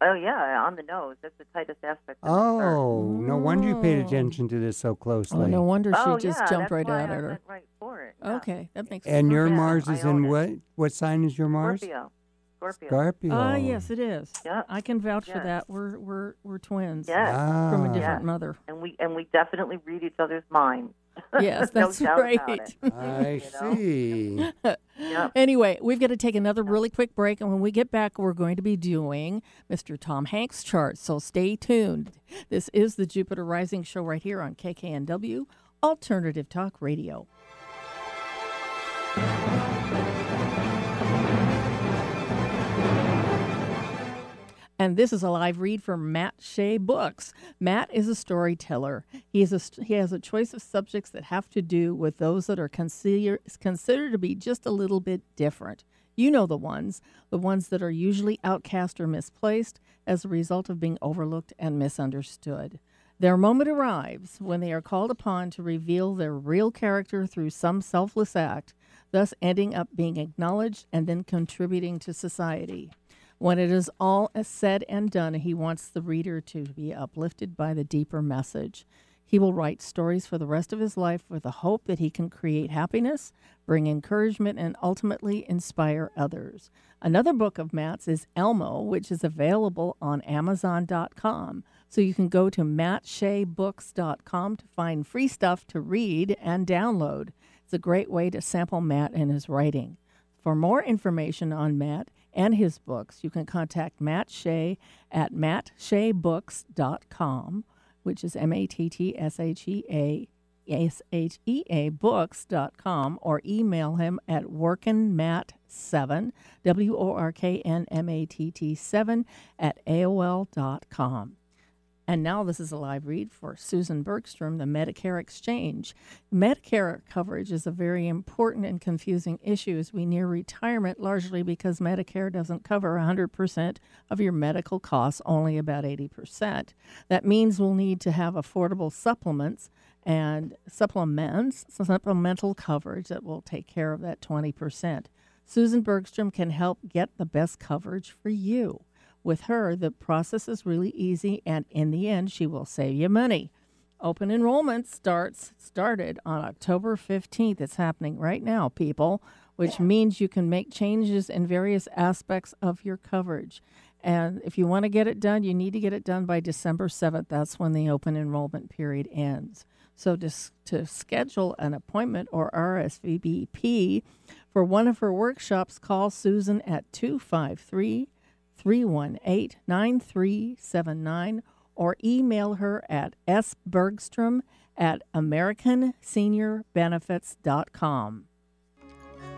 [SPEAKER 6] Oh yeah, on the nose. That's the tightest aspect. of the chart.
[SPEAKER 2] Oh, no wonder you paid
[SPEAKER 1] Oh.
[SPEAKER 2] attention to this so
[SPEAKER 1] Oh,
[SPEAKER 2] closely.
[SPEAKER 1] no wonder she
[SPEAKER 6] Oh,
[SPEAKER 1] just
[SPEAKER 6] yeah,
[SPEAKER 1] jumped
[SPEAKER 6] that's
[SPEAKER 1] right
[SPEAKER 6] why
[SPEAKER 1] out
[SPEAKER 6] I
[SPEAKER 1] at her.
[SPEAKER 6] went Right for it. yeah.
[SPEAKER 1] Okay, that makes
[SPEAKER 2] And your
[SPEAKER 6] Yeah,
[SPEAKER 2] Mars is
[SPEAKER 6] I own
[SPEAKER 2] in
[SPEAKER 6] it.
[SPEAKER 2] what? What sign is your Mars?
[SPEAKER 6] Scorpio. Scorpio.
[SPEAKER 2] Scorpio.
[SPEAKER 1] Ah, yes, it is.
[SPEAKER 6] Yep.
[SPEAKER 1] I can vouch for
[SPEAKER 6] Yes.
[SPEAKER 1] that. We're we're we're twins
[SPEAKER 6] Yes.
[SPEAKER 1] from a
[SPEAKER 2] Ah.
[SPEAKER 1] different
[SPEAKER 6] Yes.
[SPEAKER 1] mother.
[SPEAKER 6] and we and we definitely read each other's minds.
[SPEAKER 1] Yes,
[SPEAKER 6] [laughs] No
[SPEAKER 1] that's
[SPEAKER 6] doubt
[SPEAKER 1] right.
[SPEAKER 6] about
[SPEAKER 2] [laughs]
[SPEAKER 6] it.
[SPEAKER 2] I
[SPEAKER 6] know?
[SPEAKER 2] see.
[SPEAKER 6] Yep.
[SPEAKER 1] Anyway, we've got to take another really quick break, and when we get back, we're going to be doing Mr. Tom Hanks' chart. So stay tuned. This is the Jupiter Rising Show right here on KKNW Alternative Talk Radio. And this is a live read from Matt Shea Books. Matt is a storyteller. He, is a, st- he has a choice of subjects that have to do with those that are consider, considered to be just a little bit different. You know the ones, the ones that are usually outcast or misplaced as a result of being overlooked and misunderstood. Their moment arrives when they are called upon to reveal their real character through some selfless act, thus ending up being acknowledged and then contributing to society. When it is all as said and done, he wants the reader to be uplifted by the deeper message. He will write stories for the rest of his life with the hope that he can create happiness, bring encouragement, and ultimately inspire others. Another book of Matt's is Elmo, which is available on Amazon.com. So you can go to mattshaybooks.com to find free stuff to read and download. It's a great way to sample Matt and his writing. For more information on Matt and his books, you can contact Matt Shea at mattshaybooks.com, which is M A T T S H E A S H E A books.com, or email him at workinmat7, W O R K N M A T T 7, at AOL.com. And now this is a live read for Susan Bergstrom, the Medicare Exchange. Medicare coverage is a very important and confusing issue as we near retirement, largely because Medicare doesn't cover 100% of your medical costs, only about 80%. That means we'll need to have affordable supplements and supplements, supplemental coverage that will take care of that 20%. Susan Bergstrom can help get the best coverage for you. With her, the process is really easy, and in the end, she will save you money. Open enrollment starts started on October 15th. It's happening right now, people, which means you can make changes in various aspects of your coverage. And if you want to get it done, you need to get it done by December 7th. That's when the open enrollment period ends. So to, s- to schedule an appointment or RSVP for one of her workshops, call Susan at 253- 318 9379 or email her at sbergstrom at americanseniorbenefits.com.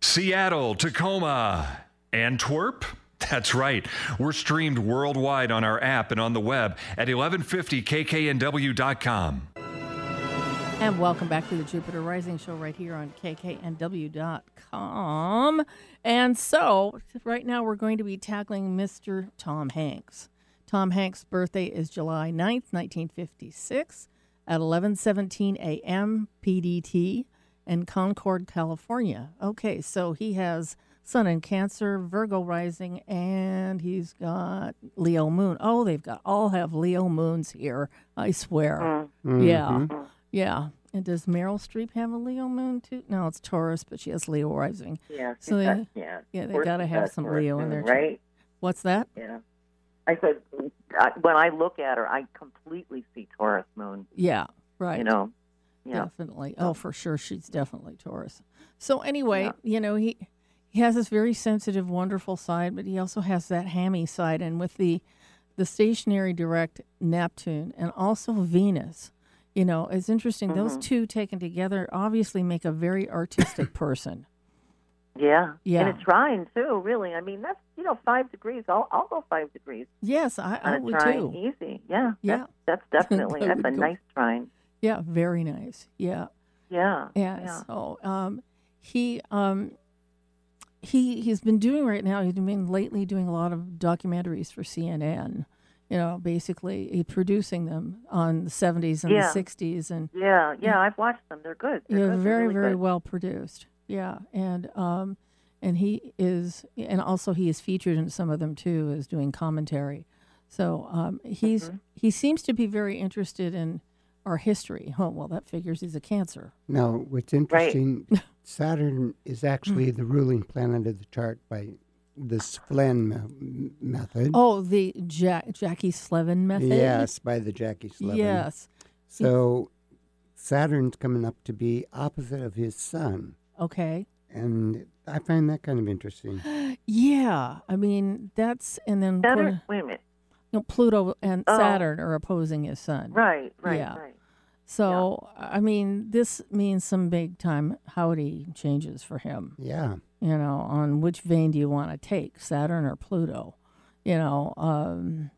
[SPEAKER 5] Seattle, Tacoma, Antwerp. That's right. We're streamed worldwide on our app and on the web at 1150kknw.com.
[SPEAKER 1] And welcome back to the Jupiter Rising Show right here on kknw.com. And so, right now, we're going to be tackling Mr. Tom Hanks. Tom Hanks' birthday is July 9th, 1956, at 11:17 a.m. PDT in Concord, California. Okay, so he has Sun in Cancer, Virgo rising, and he's got Leo moon. Oh, they've got all have Leo moons here. I swear.
[SPEAKER 2] Mm-hmm.
[SPEAKER 1] Yeah, yeah. And does Meryl Streep have a Leo moon too? No, it's Taurus, but she has Leo rising.
[SPEAKER 6] Yeah.
[SPEAKER 1] So
[SPEAKER 6] she's
[SPEAKER 1] they-
[SPEAKER 6] got- yeah,
[SPEAKER 1] yeah, they
[SPEAKER 6] Taurus
[SPEAKER 1] gotta
[SPEAKER 6] has
[SPEAKER 1] have
[SPEAKER 6] got
[SPEAKER 1] some
[SPEAKER 6] Taurus
[SPEAKER 1] Leo in there,
[SPEAKER 6] moon,
[SPEAKER 1] too.
[SPEAKER 6] right?
[SPEAKER 1] What's that?
[SPEAKER 6] Yeah. I said I, when I look at her, I completely see Taurus moon.
[SPEAKER 1] Yeah, right.
[SPEAKER 6] You know. Yeah.
[SPEAKER 1] Definitely. Oh, for sure. She's definitely Taurus. So anyway, you know, he he has this very sensitive, wonderful side, but he also has that hammy side. And with the the stationary direct Neptune and also Venus, you know, it's interesting.
[SPEAKER 6] Mm-hmm.
[SPEAKER 1] Those two taken together obviously make a very
[SPEAKER 6] [coughs]
[SPEAKER 1] artistic person.
[SPEAKER 6] Yeah.
[SPEAKER 1] Yeah.
[SPEAKER 6] And it's trying too, really. I mean, that's you know five degrees. I'll I'll go five degrees
[SPEAKER 1] Yes, I,
[SPEAKER 6] on
[SPEAKER 1] I
[SPEAKER 6] a
[SPEAKER 1] would
[SPEAKER 6] trine.
[SPEAKER 1] too.
[SPEAKER 6] Easy. Yeah.
[SPEAKER 1] Yeah. [laughs]
[SPEAKER 6] That's, that's definitely
[SPEAKER 1] I
[SPEAKER 6] that's
[SPEAKER 1] would
[SPEAKER 6] a
[SPEAKER 1] go-
[SPEAKER 6] nice trine.
[SPEAKER 1] Yeah, very nice. Yeah.
[SPEAKER 6] Yeah.
[SPEAKER 1] Yeah. So um, he um, he he's been doing right now. He's been lately doing a lot of documentaries for CNN. You know, basically he producing them on the seventies and
[SPEAKER 6] Yeah.
[SPEAKER 1] the sixties, and
[SPEAKER 6] Yeah. Yeah. Yeah. I've watched them. They're good. They're
[SPEAKER 1] yeah,
[SPEAKER 6] good. They're
[SPEAKER 1] very
[SPEAKER 6] really
[SPEAKER 1] very
[SPEAKER 6] good.
[SPEAKER 1] well produced. Yeah, and um, and he is, and also he is featured in some of them too, as doing commentary. So um, he's
[SPEAKER 6] Mm-hmm.
[SPEAKER 1] he seems to be very interested in our history. Oh well, that figures he's a cancer.
[SPEAKER 2] Now, what's interesting,
[SPEAKER 1] [laughs]
[SPEAKER 2] Saturn is
[SPEAKER 1] Mm.
[SPEAKER 2] actually the ruling planet of the chart by the Flynn me- method.
[SPEAKER 1] Oh, the ja- Jackie Slevin method.
[SPEAKER 2] Yes, by the Jackie Slevin.
[SPEAKER 1] Yes.
[SPEAKER 2] So Saturn's coming up to be opposite of his sun.
[SPEAKER 1] Okay.
[SPEAKER 2] And I find that kind of interesting.
[SPEAKER 1] Yeah. I mean, that's and then
[SPEAKER 6] Saturn.
[SPEAKER 1] Pluto,
[SPEAKER 6] Wait a minute.
[SPEAKER 1] no, Pluto and
[SPEAKER 6] Oh.
[SPEAKER 1] Saturn are opposing his sun.
[SPEAKER 6] Right. Right.
[SPEAKER 1] Yeah.
[SPEAKER 6] Right.
[SPEAKER 1] So I mean, this means some big time howdy changes for him.
[SPEAKER 2] Yeah.
[SPEAKER 1] You know, on which vein do you want to take, Saturn or Pluto? You know, um,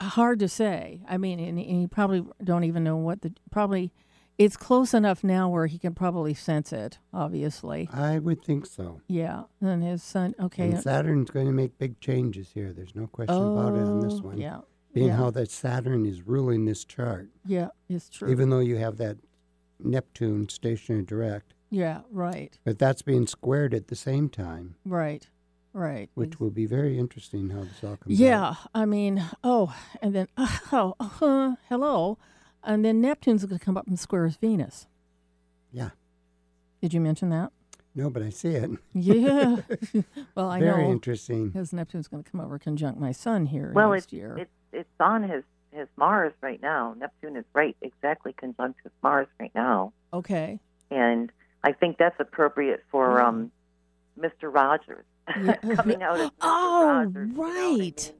[SPEAKER 1] hard to say. I mean, and, and you probably don't even know what the probably. It's close enough now where he can probably sense it. Obviously.
[SPEAKER 2] I would think so.
[SPEAKER 1] Yeah, and his son. Okay. uh
[SPEAKER 2] And Saturn's going to make big changes here. There's no question about it on this
[SPEAKER 1] oh,
[SPEAKER 2] one.
[SPEAKER 1] Yeah,
[SPEAKER 2] Being
[SPEAKER 1] yeah.
[SPEAKER 2] how that Saturn is ruling this chart,
[SPEAKER 1] yeah, it's true.
[SPEAKER 2] even though you have that Neptune stationary direct,
[SPEAKER 1] yeah, right,
[SPEAKER 2] but that's being squared at the same time,
[SPEAKER 1] right, right.
[SPEAKER 2] which will be very interesting how this all comes out.
[SPEAKER 1] Yeah, I mean, oh, and then [laughs] oh, uh, hello, and then Neptune's going to come up and square as Venus.
[SPEAKER 2] Yeah.
[SPEAKER 1] Did you mention
[SPEAKER 2] [laughs]
[SPEAKER 1] that?
[SPEAKER 2] No, but I see it.
[SPEAKER 1] Yeah. [laughs] well, I
[SPEAKER 2] very
[SPEAKER 1] know
[SPEAKER 2] interesting.
[SPEAKER 1] because Neptune's going to come over conjunct my sun here
[SPEAKER 6] Well,
[SPEAKER 1] next
[SPEAKER 6] it's
[SPEAKER 1] year.
[SPEAKER 6] it's it's on his his Mars right now. Neptune is right exactly conjunct his Mars right now,
[SPEAKER 1] okay.
[SPEAKER 6] and I think that's appropriate for um, Mr. Rogers
[SPEAKER 1] Yeah.
[SPEAKER 6] [laughs] coming out
[SPEAKER 1] [laughs]
[SPEAKER 6] of Mr.
[SPEAKER 1] Oh,
[SPEAKER 6] Rogers, you know what I mean?
[SPEAKER 1] right.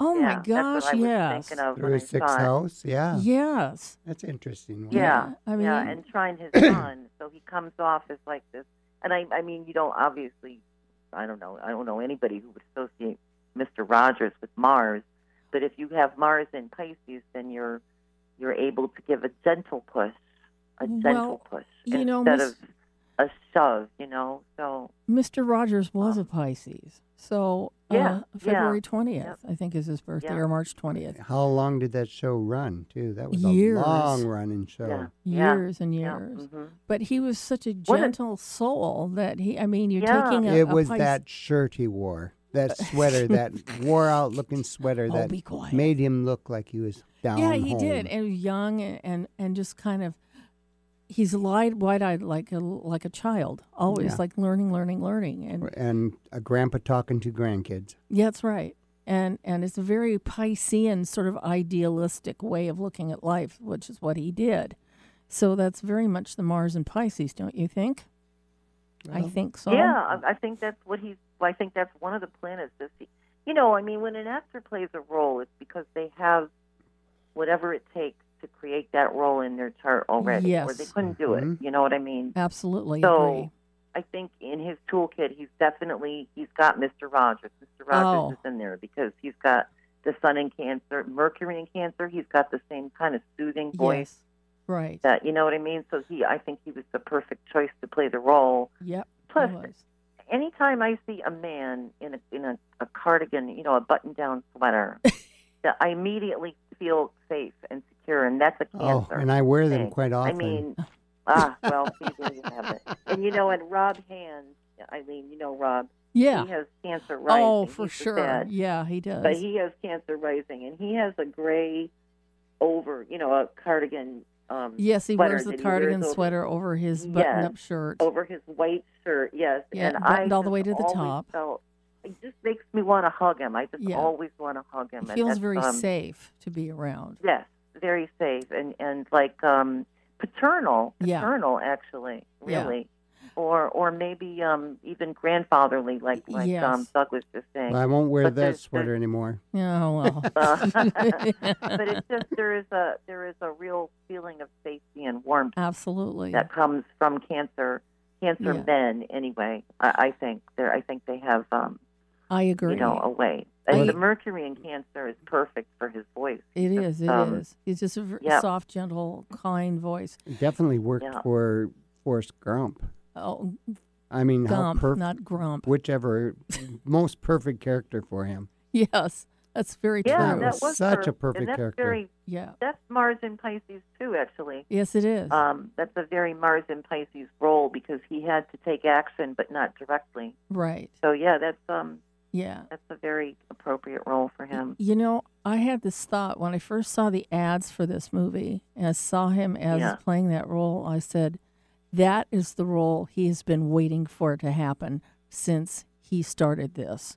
[SPEAKER 1] Oh
[SPEAKER 6] yeah,
[SPEAKER 1] my gosh!
[SPEAKER 6] that's what I was
[SPEAKER 1] yes.
[SPEAKER 6] thinking of when
[SPEAKER 2] Through
[SPEAKER 6] I
[SPEAKER 2] his sixth
[SPEAKER 6] saw it.
[SPEAKER 2] house, yeah.
[SPEAKER 1] Yes.
[SPEAKER 2] That's interesting. one.
[SPEAKER 6] Yeah,
[SPEAKER 1] I
[SPEAKER 6] yeah,
[SPEAKER 1] mean-
[SPEAKER 6] and
[SPEAKER 1] [clears throat]
[SPEAKER 6] trying his son, so he comes off as like this. And I, I mean, you don't obviously, I don't know, I don't know anybody who would associate Mister Rogers with Mars, but if you have Mars in Pisces, then you're you're able to give a gentle push, a
[SPEAKER 1] Well,
[SPEAKER 6] gentle push
[SPEAKER 1] you know,
[SPEAKER 6] instead
[SPEAKER 1] Miss-
[SPEAKER 6] of a shove, you know. So
[SPEAKER 1] Mr. Rogers was a Pisces. So
[SPEAKER 6] Yeah,
[SPEAKER 1] uh,
[SPEAKER 6] yeah,
[SPEAKER 1] February 20th,
[SPEAKER 6] yep.
[SPEAKER 1] I think, is his birthday,
[SPEAKER 6] Yeah.
[SPEAKER 1] or March 20th.
[SPEAKER 2] How long did that show run, too? That was
[SPEAKER 1] Years.
[SPEAKER 2] a long running show.
[SPEAKER 6] yeah, yeah,
[SPEAKER 1] Years and
[SPEAKER 6] yeah,
[SPEAKER 1] years.
[SPEAKER 6] mhm.
[SPEAKER 1] But he was such a
[SPEAKER 6] What a-
[SPEAKER 1] gentle soul that he, I mean, you're
[SPEAKER 6] Yeah.
[SPEAKER 1] taking a.
[SPEAKER 2] It
[SPEAKER 1] a
[SPEAKER 2] was
[SPEAKER 1] Pis-
[SPEAKER 2] that shirt he wore.
[SPEAKER 1] [laughs]
[SPEAKER 2] that sweater, that wore out looking sweater
[SPEAKER 1] Oh,
[SPEAKER 2] that
[SPEAKER 1] be quiet.
[SPEAKER 2] made him look like he was down.
[SPEAKER 1] yeah, he did,
[SPEAKER 2] home.
[SPEAKER 1] and young, and and just kind of, he's lied wide eyed like a like a child, always
[SPEAKER 2] Yeah.
[SPEAKER 1] like learning, learning, learning, and
[SPEAKER 2] And a grandpa talking to grandkids.
[SPEAKER 1] yeah, that's right. And and it's a very Piscean sort of idealistic way of looking at life, which is what he did. So that's very much the Mars and Pisces, don't you think? I think so.
[SPEAKER 6] Yeah, I, I think that's what he's. I think that's one of the planets. This, you know, I mean, when an actor plays a role, it's because they have whatever it takes to create that role in their chart already, or they
[SPEAKER 1] Yes.
[SPEAKER 6] couldn't do it.
[SPEAKER 2] Mhm.
[SPEAKER 6] You know what I mean?
[SPEAKER 1] Absolutely
[SPEAKER 6] so,
[SPEAKER 1] agree.
[SPEAKER 6] I think in his toolkit, he's definitely he's got Mr. Rogers. Mr.
[SPEAKER 1] Oh.
[SPEAKER 6] Rogers is in there because he's got the Sun in Cancer, Mercury in Cancer. He's got the same kind of soothing voice.
[SPEAKER 1] Yes. Right.
[SPEAKER 6] That you know what I mean. So he, I think he was the perfect choice to play the role.
[SPEAKER 1] Yep. he
[SPEAKER 6] Plus,
[SPEAKER 1] was.
[SPEAKER 6] anytime I see a man in a in a, a cardigan, you know, a button down
[SPEAKER 1] [laughs]
[SPEAKER 6] sweater, that I immediately feel safe and secure, and that's a
[SPEAKER 2] Oh,
[SPEAKER 6] cancer.
[SPEAKER 2] and I wear them
[SPEAKER 6] thing.
[SPEAKER 2] quite often.
[SPEAKER 6] I mean, ah, well, he didn't have it.
[SPEAKER 1] [laughs]
[SPEAKER 6] And you know, and Rob Hand, Eileen, you know Rob,
[SPEAKER 1] Yeah.
[SPEAKER 6] he has cancer rising.
[SPEAKER 1] oh, for
[SPEAKER 6] He's the
[SPEAKER 1] sure.
[SPEAKER 6] dad,
[SPEAKER 1] Yeah, he does.
[SPEAKER 6] But he has cancer rising, and he has a gray over, you know, a cardigan. Um,
[SPEAKER 1] yes, he
[SPEAKER 6] sweater
[SPEAKER 1] wears the
[SPEAKER 6] that he
[SPEAKER 1] cardigan
[SPEAKER 6] over-
[SPEAKER 1] sweater over his
[SPEAKER 6] Yes.
[SPEAKER 1] button-up shirt.
[SPEAKER 6] over his white shirt. Yes,
[SPEAKER 1] Yeah,
[SPEAKER 6] and
[SPEAKER 1] buttoned
[SPEAKER 6] I
[SPEAKER 1] all the way
[SPEAKER 6] just
[SPEAKER 1] to the
[SPEAKER 6] always
[SPEAKER 1] top.
[SPEAKER 6] Felt, it just makes me want to hug him. I just
[SPEAKER 1] Yeah.
[SPEAKER 6] always want to hug him.
[SPEAKER 1] He
[SPEAKER 6] and
[SPEAKER 1] feels
[SPEAKER 6] that's,
[SPEAKER 1] very
[SPEAKER 6] um,
[SPEAKER 1] safe to be around.
[SPEAKER 6] Yes, very safe and and like um, paternal,
[SPEAKER 1] Yeah.
[SPEAKER 6] paternal actually,
[SPEAKER 1] Yeah.
[SPEAKER 6] really, or or maybe um, even grandfatherly, like like
[SPEAKER 1] Yes.
[SPEAKER 6] um, Doug was just saying.
[SPEAKER 2] But I won't wear
[SPEAKER 6] But
[SPEAKER 2] that
[SPEAKER 6] there's-
[SPEAKER 2] sweater anymore.
[SPEAKER 1] Oh well. [laughs]
[SPEAKER 6] Uh, [laughs] but [laughs] it's just there is a there is a real feeling of safety and warmth
[SPEAKER 1] Absolutely.
[SPEAKER 6] that comes from cancer cancer
[SPEAKER 1] Yeah.
[SPEAKER 6] men anyway. I, I think they I think they have um,
[SPEAKER 1] I agree.
[SPEAKER 6] you know a way. And
[SPEAKER 1] I-
[SPEAKER 6] the Mercury in Cancer is perfect for his voice.
[SPEAKER 1] it is. It is.
[SPEAKER 6] um,
[SPEAKER 1] He's just a v-
[SPEAKER 6] yeah.
[SPEAKER 1] soft, gentle, kind voice.
[SPEAKER 2] It definitely worked
[SPEAKER 6] Yeah.
[SPEAKER 2] for Forrest Gump.
[SPEAKER 1] Oh, [laughs]
[SPEAKER 2] I mean,
[SPEAKER 1] Gump,
[SPEAKER 2] how perfect,
[SPEAKER 1] not Grump.
[SPEAKER 2] whichever most perfect character for him.
[SPEAKER 1] Yes, that's very
[SPEAKER 6] Yeah,
[SPEAKER 1] true.
[SPEAKER 2] That
[SPEAKER 6] that
[SPEAKER 2] was
[SPEAKER 6] was
[SPEAKER 2] such a
[SPEAKER 6] perfect.
[SPEAKER 2] perfect
[SPEAKER 6] And that's
[SPEAKER 2] character.
[SPEAKER 6] Very,
[SPEAKER 1] yeah.
[SPEAKER 6] that's Mars in Pisces too, actually.
[SPEAKER 1] Yes, it is.
[SPEAKER 6] Um, that's a very Mars in Pisces role because he had to take action, but not directly.
[SPEAKER 1] right.
[SPEAKER 6] So yeah, that's um,
[SPEAKER 1] Yeah.
[SPEAKER 6] that's a very appropriate role for him.
[SPEAKER 1] You know, I had this thought when I first saw the ads for this movie and I saw him as
[SPEAKER 6] Yeah.
[SPEAKER 1] playing that role. I said, that is the role he has been waiting for to happen since he started this.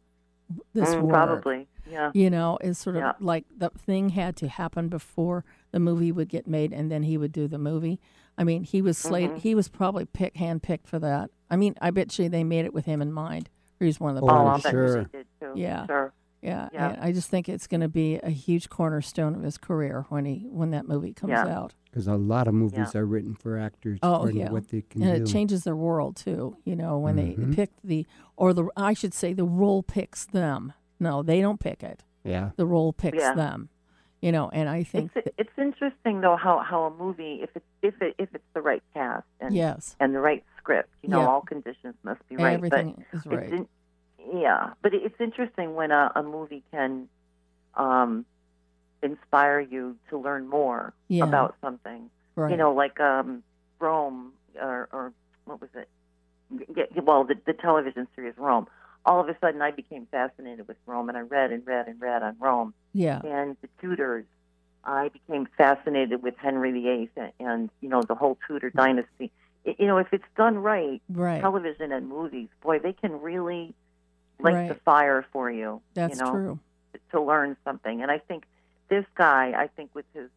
[SPEAKER 1] This
[SPEAKER 6] Mm,
[SPEAKER 1] work."
[SPEAKER 6] probably, yeah.
[SPEAKER 1] You know, is sort of
[SPEAKER 6] Yeah.
[SPEAKER 1] like the thing had to happen before the movie would get made and then he would do the movie. I mean, he was
[SPEAKER 6] Mm-hmm.
[SPEAKER 1] slated, he was probably pick handpicked for that. I mean, I bet you they made it with him in mind. He was one of the
[SPEAKER 2] Oh,
[SPEAKER 6] oh,
[SPEAKER 1] producers.
[SPEAKER 6] I bet
[SPEAKER 2] sure.
[SPEAKER 6] she did too.
[SPEAKER 1] Yeah.
[SPEAKER 6] sure.
[SPEAKER 1] Yeah,
[SPEAKER 6] Yeah.
[SPEAKER 1] and I just think it's going to be a huge cornerstone of his career when he when that movie comes
[SPEAKER 6] Yeah.
[SPEAKER 1] out.
[SPEAKER 2] Because a lot of movies are written for actors
[SPEAKER 1] Oh,
[SPEAKER 2] according
[SPEAKER 1] yeah.
[SPEAKER 2] to what they can
[SPEAKER 1] and
[SPEAKER 2] do. Mm-hmm.
[SPEAKER 1] it changes their world too. You know, when they pick the or the I should say the role picks them. No, they don't pick it.
[SPEAKER 2] yeah.
[SPEAKER 1] The role picks
[SPEAKER 6] Yeah.
[SPEAKER 1] them. You know, and I think
[SPEAKER 6] It's it's interesting though how how a movie if it's if it if it's the right cast and
[SPEAKER 1] yes,
[SPEAKER 6] and the right script, you know,
[SPEAKER 1] Yeah.
[SPEAKER 6] all conditions must be right. but
[SPEAKER 1] everything is right.
[SPEAKER 6] It's in, yeah, but it- it's interesting when a, a movie can um, inspire you to learn more
[SPEAKER 1] Yeah.
[SPEAKER 6] about something.
[SPEAKER 1] right.
[SPEAKER 6] You know, like um, Rome or, or what was it? Y- y- Well, the, the television series Rome. All of a sudden, I became fascinated with Rome, and I read and read and read on Rome
[SPEAKER 1] yeah,
[SPEAKER 6] and the Tudors. I became fascinated with Henry VIII and, and you know the whole Tudor dynasty. Y- You know, if it's done right,
[SPEAKER 1] Mm-hmm. right.
[SPEAKER 6] television and movies, boy, they can really light the
[SPEAKER 1] Right.
[SPEAKER 6] fire for you.
[SPEAKER 1] That's
[SPEAKER 6] you know,
[SPEAKER 1] true.
[SPEAKER 6] To learn something, and I think this guy, I think with his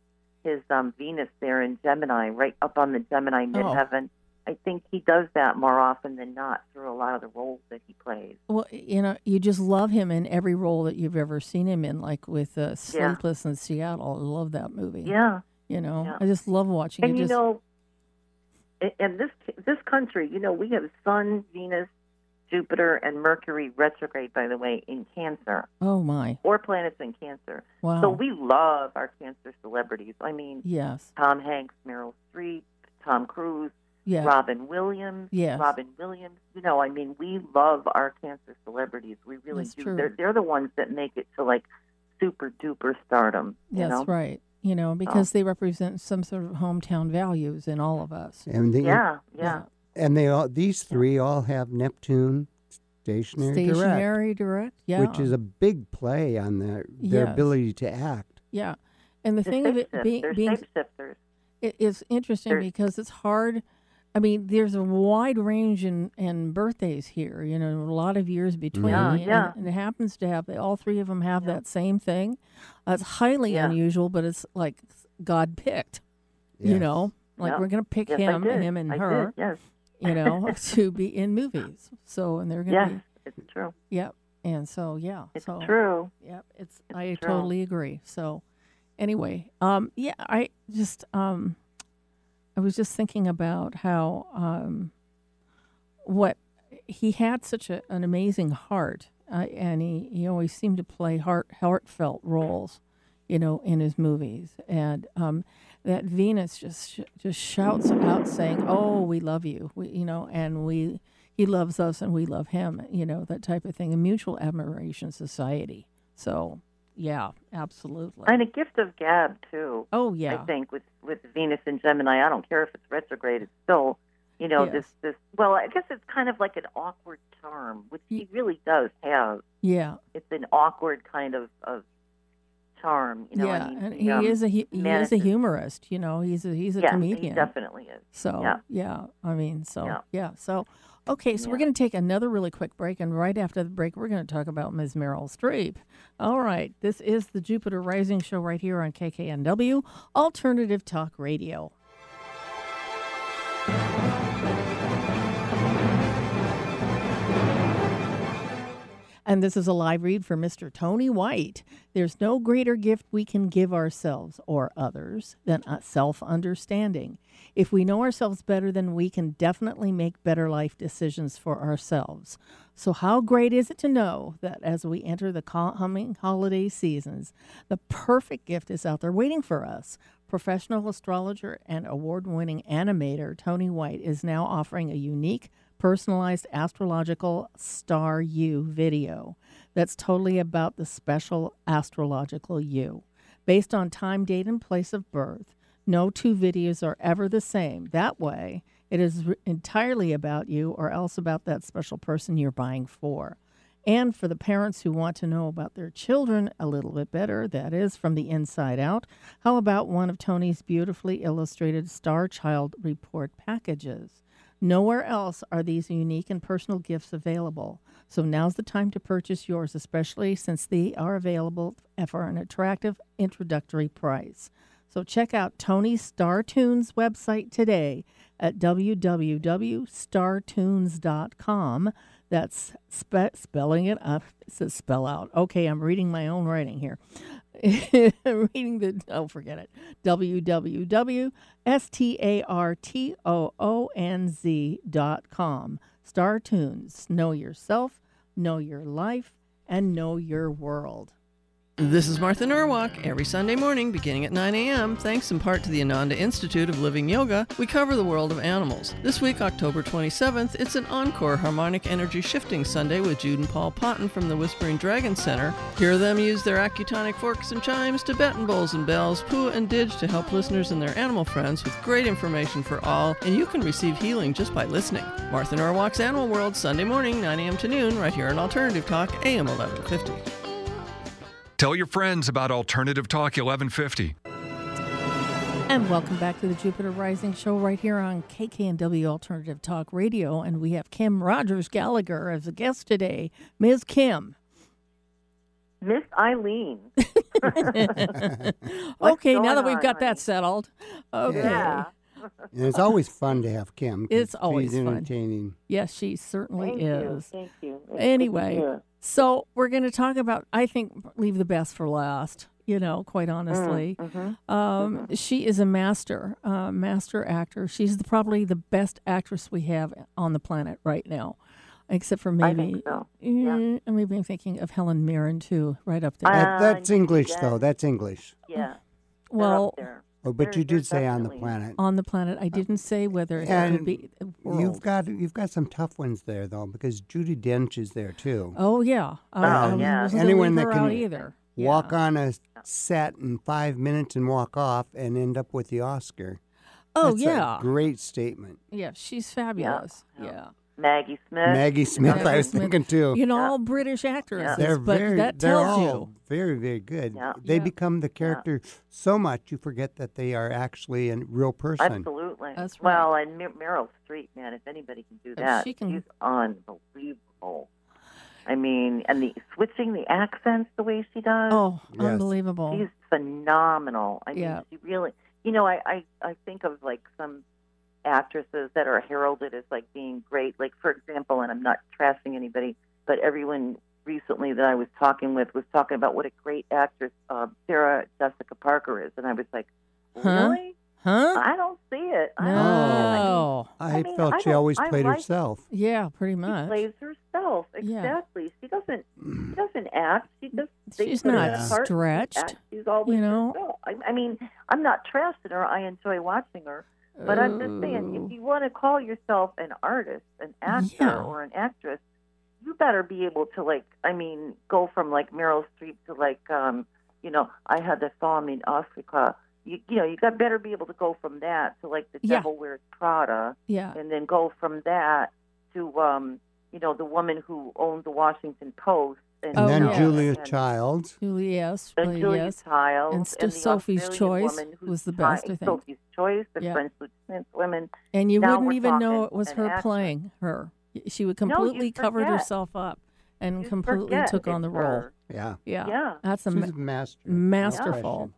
[SPEAKER 6] his um, Venus there in Gemini, right up on the
[SPEAKER 1] Oh.
[SPEAKER 6] Gemini midheaven, I think he does that more often than not through a lot of the roles that he plays.
[SPEAKER 1] Well, you know, you just love him in every role that you've ever seen him in, like with uh, Sleepless in Seattle. I love that movie.
[SPEAKER 6] Yeah,
[SPEAKER 1] You know,
[SPEAKER 6] Yeah.
[SPEAKER 1] I just love watching.
[SPEAKER 6] and
[SPEAKER 1] it
[SPEAKER 6] you
[SPEAKER 1] just,
[SPEAKER 6] know, a- and this this country, you know, we have Sun, Venus, Jupiter, and Mercury retrograde, by the way, in Cancer,
[SPEAKER 1] oh my,
[SPEAKER 6] or planets in Cancer.
[SPEAKER 1] wow.
[SPEAKER 6] So we love our cancer celebrities. I mean,
[SPEAKER 1] Yes.
[SPEAKER 6] Tom Hanks, Meryl Streep, Tom Cruise,
[SPEAKER 1] Yeah.
[SPEAKER 6] Robin Williams.
[SPEAKER 1] Yes.
[SPEAKER 6] Robin Williams. You know, I mean, we love our cancer celebrities. We really
[SPEAKER 1] That's
[SPEAKER 6] do.
[SPEAKER 1] true.
[SPEAKER 6] They're they're the ones that make it to like super duper stardom. You
[SPEAKER 1] That's
[SPEAKER 6] know? Oh.
[SPEAKER 1] right. You know, because they represent some sort of hometown values in all of us.
[SPEAKER 2] And, the,
[SPEAKER 6] Yeah, yeah.
[SPEAKER 2] and they all, these three all have Neptune Stationary, Direct,
[SPEAKER 1] Stationary direct. Yeah.
[SPEAKER 2] which is a big play on their their
[SPEAKER 1] Yes.
[SPEAKER 2] ability to act.
[SPEAKER 1] yeah. And the
[SPEAKER 6] The
[SPEAKER 1] thing of it
[SPEAKER 6] shapeshift-
[SPEAKER 1] being,
[SPEAKER 6] they're
[SPEAKER 1] being
[SPEAKER 6] shapeshifters.
[SPEAKER 1] it, it's interesting
[SPEAKER 6] There's-
[SPEAKER 1] because it's hard. I mean, there's a wide range in, in birthdays here, you know, a lot of years between.
[SPEAKER 6] Yeah,
[SPEAKER 1] and,
[SPEAKER 6] yeah.
[SPEAKER 1] and it happens to have, all three of them have that same thing. That's highly
[SPEAKER 6] Yeah.
[SPEAKER 1] unusual, but it's like God picked, you
[SPEAKER 2] Yes.
[SPEAKER 1] know, like
[SPEAKER 6] Yeah.
[SPEAKER 1] we're going to pick
[SPEAKER 6] Yes, I
[SPEAKER 1] him,
[SPEAKER 6] did.
[SPEAKER 1] him and
[SPEAKER 6] I did,
[SPEAKER 1] her,
[SPEAKER 6] yes,
[SPEAKER 1] you
[SPEAKER 6] [laughs]
[SPEAKER 1] know, [laughs] to be in movies. So, and they're going to
[SPEAKER 6] yes, it's true.
[SPEAKER 1] be, yep. And so, yeah.
[SPEAKER 6] It's
[SPEAKER 1] so,
[SPEAKER 6] true.
[SPEAKER 1] Yep, it's, I
[SPEAKER 6] true.
[SPEAKER 1] totally agree. So anyway, um yeah, I just um I was just thinking about how um what he had such a, an amazing heart uh, and he, he always seemed to play heart heartfelt roles you know in his movies and um, that venus just sh- just shouts out saying oh we love you we, you know and we he loves us and we love him you know that type of thing a mutual admiration society so yeah absolutely
[SPEAKER 6] And a gift of gab too.
[SPEAKER 1] oh yeah
[SPEAKER 6] I think with with Venus and Gemini, I don't care if it's retrograde. It's still, you know,
[SPEAKER 1] Yes.
[SPEAKER 6] this this. Well, I guess it's kind of like an awkward charm, which he really does have.
[SPEAKER 1] yeah
[SPEAKER 6] It's an awkward kind of of charm. You know,
[SPEAKER 1] yeah
[SPEAKER 6] I mean,
[SPEAKER 1] and he
[SPEAKER 6] um,
[SPEAKER 1] is a hu- he is a
[SPEAKER 6] manages-
[SPEAKER 1] humorist you know he's a he's a
[SPEAKER 6] yeah, He
[SPEAKER 1] comedian
[SPEAKER 6] definitely is.
[SPEAKER 1] So yeah,
[SPEAKER 6] Yeah.
[SPEAKER 1] I mean, so yeah,
[SPEAKER 6] Yeah.
[SPEAKER 1] so okay, so we're
[SPEAKER 6] Yeah.
[SPEAKER 1] going to take another really quick break, and right after the break, we're going to talk about Ms. Meryl Streep. All right, this is the Jupiter Rising show right here on KKNW Alternative Talk Radio. And this is a live read for Mr. Tony White. There's no greater gift we can give ourselves or others than self understanding. If we know ourselves better, then we can definitely make better life decisions for ourselves. So, how great is it to know that as we enter the coming holiday seasons, the perfect gift is out there waiting for us? Professional astrologer and award winning animator Tony White is now offering a unique personalized astrological star you video that's totally about the special astrological you based on time date and place of birth no two videos are ever the same that way it is re- entirely about you or else about that special person you're buying for and for the parents who want to know about their children a little bit better, that is, from the inside out, how about one of Tony's beautifully illustrated Star Child Report packages? Nowhere else are these unique and personal gifts available. So now's the time to purchase yours, especially since they are available for an attractive introductory price. So check out Tony Star Tunes website today at www.startunes.com. That's spe- spelling it up. It says spell out. Okay, I'm reading my own writing here. [laughs] reading the oh forget it www.startoonz.com star tunes know yourself know your life and know your world
[SPEAKER 7] This is Martha Norwalk. Every Sunday morning, beginning at 9 a.m., thanks in part to the Ananda Institute of Living Yoga, we cover the world of animals. This week, October 27th, it's an encore harmonic energy shifting Sunday with Jude and Paul Potton from the Whispering Dragon Center. Hear them use their acutonic forks and chimes, Tibetan bowls and bells, poo and didge to help listeners and their animal friends with great information for all, and you can receive healing just by listening. Martha Norwalk's Animal World, Sunday morning, 9 a.m. to noon, right here on Alternative Talk, AM 1150.
[SPEAKER 5] Tell your friends about Alternative Talk 1150.
[SPEAKER 1] And welcome back to the Jupiter Rising show right here on KKNW Alternative Talk Radio. And we have Kim Rogers Gallagher as a guest today. Ms. Kim.
[SPEAKER 6] Miss Eileen.
[SPEAKER 1] [laughs] okay, now
[SPEAKER 6] going
[SPEAKER 1] that we've
[SPEAKER 6] on,
[SPEAKER 1] got that
[SPEAKER 6] honey?
[SPEAKER 1] settled. Okay.
[SPEAKER 6] Yeah.
[SPEAKER 2] And it's always fun to have Kim. 'cause
[SPEAKER 1] It's always
[SPEAKER 2] she's
[SPEAKER 1] fun.
[SPEAKER 2] entertaining.
[SPEAKER 1] Yes, she certainly
[SPEAKER 6] Thank you.
[SPEAKER 1] is.
[SPEAKER 6] Thank you. It's good to
[SPEAKER 1] Anyway,
[SPEAKER 6] hear.
[SPEAKER 1] So we're going to talk about, I think, leave the best for last, you know, quite honestly.
[SPEAKER 6] Mm, mm-hmm.
[SPEAKER 1] Um, she is a master, uh, master actor. She's the, probably the best actress we have on the planet right now, except for
[SPEAKER 6] I
[SPEAKER 1] maybe.
[SPEAKER 6] think so.
[SPEAKER 1] Mm, and maybe I'm thinking of Helen Mirren too, right up there.
[SPEAKER 6] Uh,
[SPEAKER 2] That, that's English,
[SPEAKER 6] yeah.
[SPEAKER 2] though. That's English.
[SPEAKER 6] Yeah. they're up
[SPEAKER 1] well,
[SPEAKER 6] there. Uh,
[SPEAKER 2] Oh, but
[SPEAKER 6] They're-
[SPEAKER 2] you
[SPEAKER 6] they're
[SPEAKER 2] did say on the
[SPEAKER 6] definitely-
[SPEAKER 2] planet.
[SPEAKER 1] on the planet, I didn't say whether it would
[SPEAKER 2] And
[SPEAKER 1] be. the
[SPEAKER 2] You've
[SPEAKER 1] world.
[SPEAKER 2] got you've got some tough ones there though, because Judy Dench is there too.
[SPEAKER 1] Oh yeah. I, I
[SPEAKER 6] Oh, yeah.
[SPEAKER 1] wasn't gonna leave
[SPEAKER 2] Anyone that
[SPEAKER 1] her
[SPEAKER 2] can
[SPEAKER 1] out either.
[SPEAKER 2] Walk
[SPEAKER 1] yeah.
[SPEAKER 2] on a set in five minutes and walk off and end up with the Oscar.
[SPEAKER 1] Oh
[SPEAKER 2] That's a
[SPEAKER 1] yeah.
[SPEAKER 2] great statement.
[SPEAKER 1] yeah, she's fabulous. Yeah.
[SPEAKER 6] yeah. Maggie Smith.
[SPEAKER 2] Maggie Smith, I was thinking too.
[SPEAKER 1] You know, all British actresses,
[SPEAKER 2] They're
[SPEAKER 1] but
[SPEAKER 2] very,
[SPEAKER 1] that
[SPEAKER 2] they're
[SPEAKER 1] tells
[SPEAKER 2] all
[SPEAKER 1] you.
[SPEAKER 2] very, very good.
[SPEAKER 6] Yeah.
[SPEAKER 2] They
[SPEAKER 1] Yeah.
[SPEAKER 2] become the character so much you forget that they are actually a real person.
[SPEAKER 6] Absolutely.
[SPEAKER 1] That's right.
[SPEAKER 6] Well, and Mer- Meryl Streep, man, if anybody can do
[SPEAKER 1] And
[SPEAKER 6] that,
[SPEAKER 1] she can-
[SPEAKER 6] she's unbelievable. I mean, and the switching the accents the way she does,
[SPEAKER 1] Oh,
[SPEAKER 2] Yes.
[SPEAKER 1] unbelievable.
[SPEAKER 6] she's phenomenal. I
[SPEAKER 1] Yeah.
[SPEAKER 6] mean, she really. You know, I, I I think of like some actresses that are heralded as like being great. Like for example, and I'm not trashing anybody, but everyone recently that I was talking with was talking about what a great actress uh, Sarah Jessica Parker is, and I was like,
[SPEAKER 1] Huh?
[SPEAKER 6] really?
[SPEAKER 1] huh?
[SPEAKER 6] I don't see it. I don't see it. I mean,
[SPEAKER 1] No.
[SPEAKER 2] I,
[SPEAKER 6] I mean,
[SPEAKER 2] felt
[SPEAKER 6] I
[SPEAKER 2] she
[SPEAKER 6] don't-
[SPEAKER 2] always
[SPEAKER 6] I
[SPEAKER 2] played
[SPEAKER 6] like-
[SPEAKER 2] herself.
[SPEAKER 1] Yeah, pretty
[SPEAKER 6] she
[SPEAKER 1] much.
[SPEAKER 6] plays herself
[SPEAKER 1] Yeah.
[SPEAKER 6] exactly. She doesn't. She doesn't act. She just. they
[SPEAKER 1] She's
[SPEAKER 6] put her in
[SPEAKER 1] not
[SPEAKER 6] a part, she
[SPEAKER 1] stretched,
[SPEAKER 6] acts. She's always
[SPEAKER 1] you know?
[SPEAKER 6] herself. I, I mean, I'm not trashing her. I enjoy watching her, but I'm just
[SPEAKER 1] Oh.
[SPEAKER 6] saying, if you want to call yourself an artist, an actor,
[SPEAKER 1] Yeah.
[SPEAKER 6] or an actress, you better be able to like. I mean, go from like Meryl Streep to like, um, you know, I had the farm in Africa. You, you know, you got better be able to go from that to like the
[SPEAKER 1] Yeah.
[SPEAKER 6] Devil Wears Prada
[SPEAKER 1] Yeah.
[SPEAKER 6] and then go from that to um, you know the woman who owned the Washington Post, and,
[SPEAKER 2] And
[SPEAKER 1] Oh,
[SPEAKER 2] then
[SPEAKER 1] yeah.
[SPEAKER 2] Julia
[SPEAKER 6] and,
[SPEAKER 2] Child.
[SPEAKER 1] Julie, yes.
[SPEAKER 6] and
[SPEAKER 1] really,
[SPEAKER 6] Julia
[SPEAKER 1] yes.
[SPEAKER 6] Child,
[SPEAKER 1] And
[SPEAKER 6] and,
[SPEAKER 1] still
[SPEAKER 6] the
[SPEAKER 1] Sophie's
[SPEAKER 6] Australian
[SPEAKER 1] Choice
[SPEAKER 6] woman who's
[SPEAKER 1] was the
[SPEAKER 6] Thai-
[SPEAKER 1] best, I think.
[SPEAKER 6] Sophie's Choice, the
[SPEAKER 1] Yeah.
[SPEAKER 6] French Lieutenant women.
[SPEAKER 1] And you
[SPEAKER 6] Now
[SPEAKER 1] wouldn't
[SPEAKER 6] we're
[SPEAKER 1] even know
[SPEAKER 6] talking
[SPEAKER 1] it was
[SPEAKER 6] an
[SPEAKER 1] her
[SPEAKER 6] actress.
[SPEAKER 1] playing her. She would
[SPEAKER 6] No, you
[SPEAKER 1] completely covered
[SPEAKER 6] forget.
[SPEAKER 1] herself up and
[SPEAKER 6] You
[SPEAKER 1] completely
[SPEAKER 6] forget
[SPEAKER 1] took on
[SPEAKER 6] it's
[SPEAKER 1] the role.
[SPEAKER 6] her.
[SPEAKER 2] Yeah.
[SPEAKER 1] Yeah.
[SPEAKER 6] Yeah.
[SPEAKER 1] That's a
[SPEAKER 2] She's
[SPEAKER 1] ma-
[SPEAKER 2] a master. no
[SPEAKER 1] masterful.
[SPEAKER 2] question.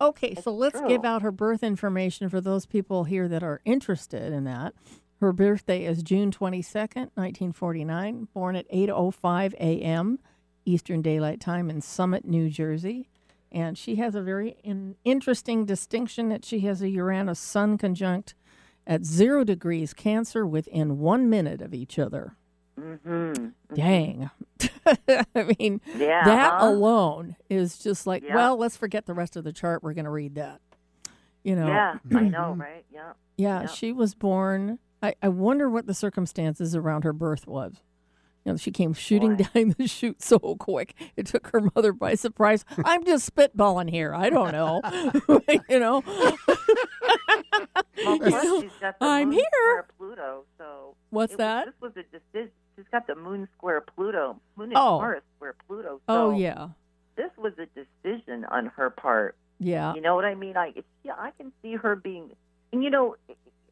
[SPEAKER 1] Okay, so
[SPEAKER 6] It's
[SPEAKER 1] let's give
[SPEAKER 6] true.
[SPEAKER 1] out her birth information for those people here that are interested in that. Her birthday is June 22nd, 1949, born at 8:05 a.m. Eastern Daylight Time in Summit, New Jersey, and she has a very in- interesting distinction that she has a Uranus sun conjunct at 0 degrees Cancer within 1 minute of each other.
[SPEAKER 6] Mm-hmm.
[SPEAKER 1] Dang. [laughs] I mean,
[SPEAKER 6] Yeah.
[SPEAKER 1] that
[SPEAKER 6] huh?
[SPEAKER 1] alone is just like,
[SPEAKER 6] Yeah.
[SPEAKER 1] well, let's forget the rest of the chart. We're going to read that. You know,
[SPEAKER 6] Yeah,
[SPEAKER 1] [clears throat]
[SPEAKER 6] I know, right? Yeah.
[SPEAKER 1] Yeah,
[SPEAKER 6] Yeah.
[SPEAKER 1] she was born. I, I wonder what the circumstances around her birth was. You know, she came shooting
[SPEAKER 6] Boy.
[SPEAKER 1] down [laughs] the chute so quick. It took her mother by surprise. I'm just spitballing here. I don't know. [laughs] you
[SPEAKER 6] [laughs]
[SPEAKER 1] know,
[SPEAKER 6] Well,
[SPEAKER 1] You
[SPEAKER 6] plus
[SPEAKER 1] know,
[SPEAKER 6] she's got the
[SPEAKER 1] I'm
[SPEAKER 6] moon
[SPEAKER 1] here.
[SPEAKER 6] square Pluto, so
[SPEAKER 1] what's
[SPEAKER 6] it was-
[SPEAKER 1] that?
[SPEAKER 6] This was a decision. She's got the moon square Pluto, moon and
[SPEAKER 1] Oh.
[SPEAKER 6] Mars square Pluto.
[SPEAKER 1] oh,
[SPEAKER 6] so
[SPEAKER 1] yeah.
[SPEAKER 6] This was a decision on her part.
[SPEAKER 1] Yeah.
[SPEAKER 6] You know what I mean? I it's, yeah, I can see her being, and you know,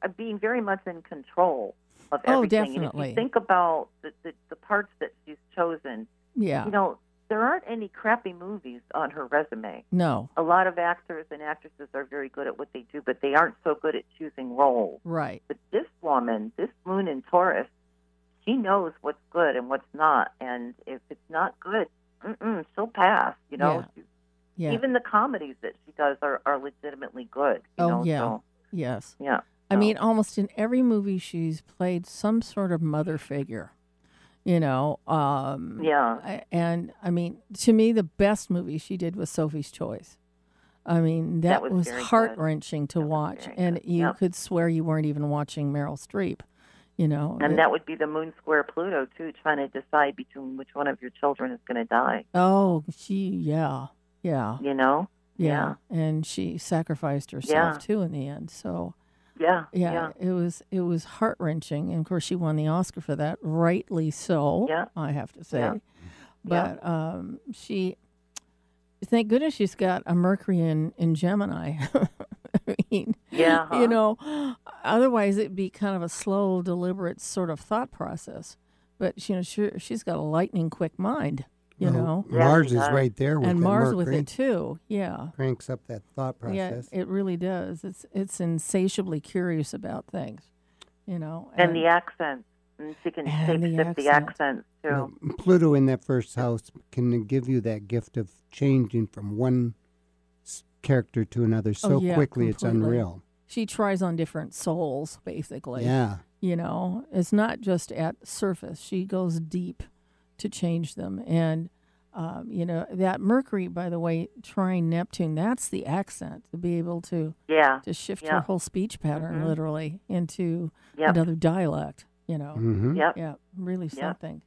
[SPEAKER 6] uh, being very much in control of
[SPEAKER 1] Oh,
[SPEAKER 6] everything. And if
[SPEAKER 1] definitely.
[SPEAKER 6] you think about the, the the parts that she's chosen,
[SPEAKER 1] Yeah.
[SPEAKER 6] you know, there aren't any crappy movies on her resume.
[SPEAKER 1] no.
[SPEAKER 6] A lot of actors and actresses are very good at what they do, but they aren't so good at choosing roles.
[SPEAKER 1] Right.
[SPEAKER 6] But this woman, this Moon in Taurus, she knows what's good and what's not, and if it's not good, mm-mm, she'll pass. You know,
[SPEAKER 1] Yeah. Yeah.
[SPEAKER 6] even the comedies that she does are, are legitimately good. You
[SPEAKER 1] Oh,
[SPEAKER 6] know?
[SPEAKER 1] yeah.
[SPEAKER 6] So,
[SPEAKER 1] yes.
[SPEAKER 6] yeah.
[SPEAKER 1] I
[SPEAKER 6] so.
[SPEAKER 1] mean, almost in every movie, she's played some sort of mother figure. You know, um,
[SPEAKER 6] yeah.
[SPEAKER 1] I- and I mean, to me, the best movie she did was Sophie's Choice. I mean, that,
[SPEAKER 6] That was
[SPEAKER 1] was,
[SPEAKER 6] very good.
[SPEAKER 1] heart wrenching to
[SPEAKER 6] That was
[SPEAKER 1] watch,
[SPEAKER 6] very
[SPEAKER 1] and
[SPEAKER 6] good.
[SPEAKER 1] you
[SPEAKER 6] Yep.
[SPEAKER 1] could swear you weren't even watching Meryl Streep. You know,
[SPEAKER 6] And
[SPEAKER 1] It-
[SPEAKER 6] that would be the moon square Pluto, too, trying to decide between which one of your children is going to die,
[SPEAKER 1] oh, she, yeah, yeah,
[SPEAKER 6] you know?
[SPEAKER 1] yeah, and she sacrificed herself
[SPEAKER 6] Yeah.
[SPEAKER 1] too in the end. So,
[SPEAKER 6] Yeah.
[SPEAKER 1] yeah, it was it was heart wrenching, and of course, she won the Oscar for that, rightly so.
[SPEAKER 6] Yeah.
[SPEAKER 1] I have to say,
[SPEAKER 6] Yeah.
[SPEAKER 1] but um, she, thank goodness, she's got a Mercury in in Gemini. [laughs] I mean,
[SPEAKER 6] Yeah. huh?
[SPEAKER 1] you know, otherwise it'd be kind of a slow, deliberate sort of thought process. But you know, she, she's got a lightning quick mind. You
[SPEAKER 2] Well,
[SPEAKER 1] know,
[SPEAKER 6] Yeah,
[SPEAKER 2] Mm-hmm. Mars
[SPEAKER 6] she
[SPEAKER 2] is
[SPEAKER 6] does.
[SPEAKER 2] right there with
[SPEAKER 1] and
[SPEAKER 2] it.
[SPEAKER 1] Mars
[SPEAKER 2] Mercury
[SPEAKER 1] with it too. Yeah.
[SPEAKER 2] Cranks up that thought process.
[SPEAKER 1] Yeah, it really does. It's it's insatiably curious about things, you know.
[SPEAKER 6] And the accents. And she can
[SPEAKER 1] And the
[SPEAKER 6] shape shift the
[SPEAKER 1] accent.
[SPEAKER 6] accents, too.
[SPEAKER 2] You know, Pluto in that first house can give you that gift of changing from one s- character to another so
[SPEAKER 1] Oh, yeah,
[SPEAKER 2] quickly it's
[SPEAKER 1] completely.
[SPEAKER 2] unreal.
[SPEAKER 1] she tries on different souls, basically.
[SPEAKER 2] yeah.
[SPEAKER 1] You know, it's not just at surface. She goes deep to change them, and um, you know that Mercury, by the way, trying Neptune. That's the accent to be able to
[SPEAKER 6] yeah.
[SPEAKER 1] to shift her
[SPEAKER 6] Yeah.
[SPEAKER 1] whole speech pattern
[SPEAKER 6] Mhm.
[SPEAKER 1] literally into
[SPEAKER 6] Yep.
[SPEAKER 1] another dialect. You know.
[SPEAKER 2] hmm
[SPEAKER 6] Yep.
[SPEAKER 1] Yeah, really
[SPEAKER 6] Yeah.
[SPEAKER 1] something.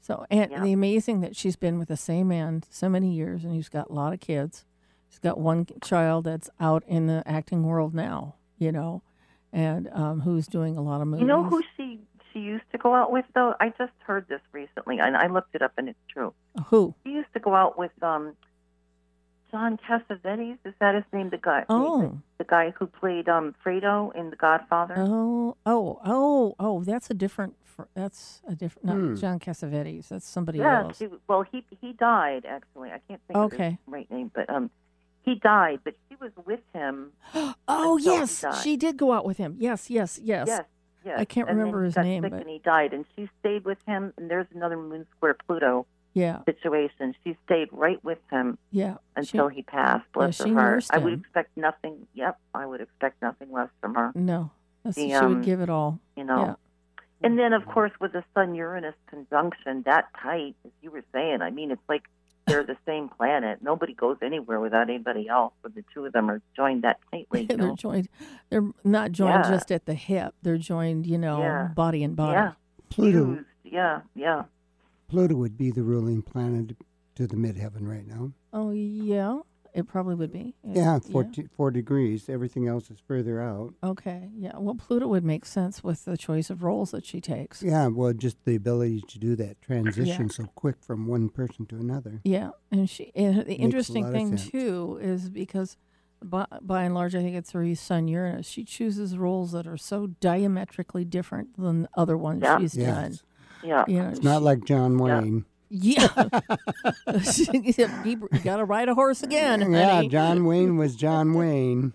[SPEAKER 1] So, and
[SPEAKER 6] Yeah.
[SPEAKER 1] the amazing that she's been with the same man so many years, and he's got a lot of kids. She's got one child that's out in the acting world now, you know, and um, who's doing a lot of movies.
[SPEAKER 6] You know who she she she used to go out with, though? I just heard this recently, and I looked it up, and it's true.
[SPEAKER 1] Uh, Who?
[SPEAKER 6] She used to go out with um, John Cassavetes. Is that his name? The guy.
[SPEAKER 1] Oh.
[SPEAKER 6] The guy who played um, Fredo in The Godfather.
[SPEAKER 1] Oh, oh, oh, oh! That's a different. fr- That's a different. Not
[SPEAKER 2] Hmm.
[SPEAKER 1] John Cassavetes. That's somebody
[SPEAKER 6] Yeah,
[SPEAKER 1] else.
[SPEAKER 6] she, well, he he died actually. I can't think of his
[SPEAKER 1] Okay.
[SPEAKER 6] right name, but um, he died. But she was with him.
[SPEAKER 1] [gasps] Oh
[SPEAKER 6] until he
[SPEAKER 1] yes,
[SPEAKER 6] died.
[SPEAKER 1] she did go out with him. Yes, yes, yes.
[SPEAKER 6] Yes, yes.
[SPEAKER 1] I can't
[SPEAKER 6] and then
[SPEAKER 1] remember
[SPEAKER 6] he
[SPEAKER 1] his
[SPEAKER 6] got
[SPEAKER 1] name,
[SPEAKER 6] sick
[SPEAKER 1] but-
[SPEAKER 6] and he died. And she stayed with him. And there's another Moon Square Pluto
[SPEAKER 1] Yeah,
[SPEAKER 6] situation. She stayed right with him
[SPEAKER 1] yeah. She- Oh,
[SPEAKER 6] until he passed. Bless
[SPEAKER 1] she
[SPEAKER 6] her heart.
[SPEAKER 1] nursed
[SPEAKER 6] I would
[SPEAKER 1] him.
[SPEAKER 6] expect nothing. Yep, I would expect nothing less from her.
[SPEAKER 1] No, that's,
[SPEAKER 6] The,
[SPEAKER 1] she
[SPEAKER 6] um,
[SPEAKER 1] would give it all.
[SPEAKER 6] You know.
[SPEAKER 1] Yeah.
[SPEAKER 6] And then, of course, with the Sun Uranus conjunction that tight, as you were saying, I mean, it's like they're the same planet. Nobody goes anywhere without anybody else, but the two of them are joined that
[SPEAKER 1] [laughs]
[SPEAKER 6] tightly. You
[SPEAKER 1] they're
[SPEAKER 6] know?
[SPEAKER 1] joined. They're not joined
[SPEAKER 6] Yeah.
[SPEAKER 1] just at the hip. They're joined, you know,
[SPEAKER 6] Yeah.
[SPEAKER 1] body and body.
[SPEAKER 6] Yeah,
[SPEAKER 2] Pluto,
[SPEAKER 6] fused. Yeah, yeah.
[SPEAKER 2] Pluto would be the ruling planet to the midheaven right now.
[SPEAKER 1] Oh yeah, it probably would be.
[SPEAKER 2] Yeah, 14, four degrees. Everything else is further out.
[SPEAKER 1] Okay. Yeah. Well, Pluto would make sense with the choice of roles that she takes.
[SPEAKER 2] Yeah, well, just the ability to do that transition so quick from one person to another.
[SPEAKER 1] Yeah, and she and the
[SPEAKER 2] a lot
[SPEAKER 1] interesting
[SPEAKER 2] of
[SPEAKER 1] thing
[SPEAKER 2] sense.
[SPEAKER 1] too is because by, by and large, I think it's her Sun Uranus. She chooses roles that are so diametrically different than the other ones
[SPEAKER 6] Yeah.
[SPEAKER 1] she's
[SPEAKER 2] Yes.
[SPEAKER 1] done.
[SPEAKER 6] Yeah.
[SPEAKER 1] You know,
[SPEAKER 2] It's not like John Wayne.
[SPEAKER 1] she- [laughs] yeah. [laughs] She- you got to ride a horse again,
[SPEAKER 2] yeah,
[SPEAKER 1] honey.
[SPEAKER 2] John Wayne was
[SPEAKER 6] [laughs]
[SPEAKER 2] John Wayne.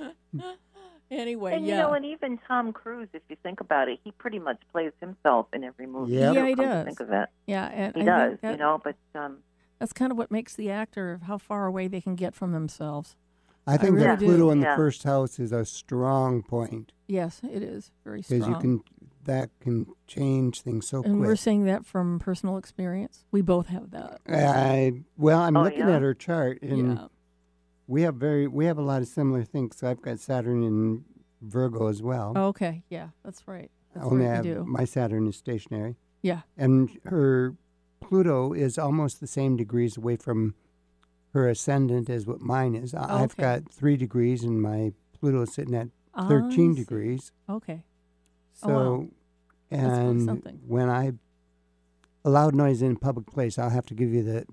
[SPEAKER 1] Anyway,
[SPEAKER 6] And
[SPEAKER 1] yeah,
[SPEAKER 6] you know, and even Tom Cruise, if you think about it, he pretty much plays himself in every movie.
[SPEAKER 2] Yep.
[SPEAKER 1] Yeah, he
[SPEAKER 6] Come to
[SPEAKER 1] does.
[SPEAKER 6] Think of it.
[SPEAKER 1] yeah, and
[SPEAKER 6] He
[SPEAKER 1] I
[SPEAKER 6] does.
[SPEAKER 1] think that,
[SPEAKER 6] You know, but um,
[SPEAKER 1] that's kind of what makes the actor of how far away they can get from themselves.
[SPEAKER 2] I think that
[SPEAKER 6] really do,
[SPEAKER 2] Pluto in
[SPEAKER 6] yeah.
[SPEAKER 2] the first house is a strong point
[SPEAKER 1] Yes, it is very
[SPEAKER 2] because
[SPEAKER 1] strong.
[SPEAKER 2] you can that can change things so
[SPEAKER 1] and
[SPEAKER 2] quick.
[SPEAKER 1] we're seeing that from personal experience. We both have that.
[SPEAKER 2] I well, I'm
[SPEAKER 6] Oh,
[SPEAKER 2] looking
[SPEAKER 6] yeah.
[SPEAKER 2] at her chart, and
[SPEAKER 1] yeah.
[SPEAKER 2] we have very we have a lot of similar things. So I've got Saturn in Virgo as well.
[SPEAKER 1] Okay, yeah, that's right. Oh, That's
[SPEAKER 2] Only I
[SPEAKER 1] right,
[SPEAKER 2] have,
[SPEAKER 1] you do.
[SPEAKER 2] my Saturn is stationary,
[SPEAKER 1] yeah,
[SPEAKER 2] and her Pluto is almost the same degrees away from her ascendant as what mine is. I- I've
[SPEAKER 1] Okay. Ah,
[SPEAKER 2] got three degrees, and my Pluto is sitting at 13
[SPEAKER 1] I see.
[SPEAKER 2] degrees.
[SPEAKER 1] Okay, Oh,
[SPEAKER 2] So,
[SPEAKER 1] wow. That's really
[SPEAKER 2] and
[SPEAKER 1] something.
[SPEAKER 2] when I a loud noise in a public place, I'll have to give you the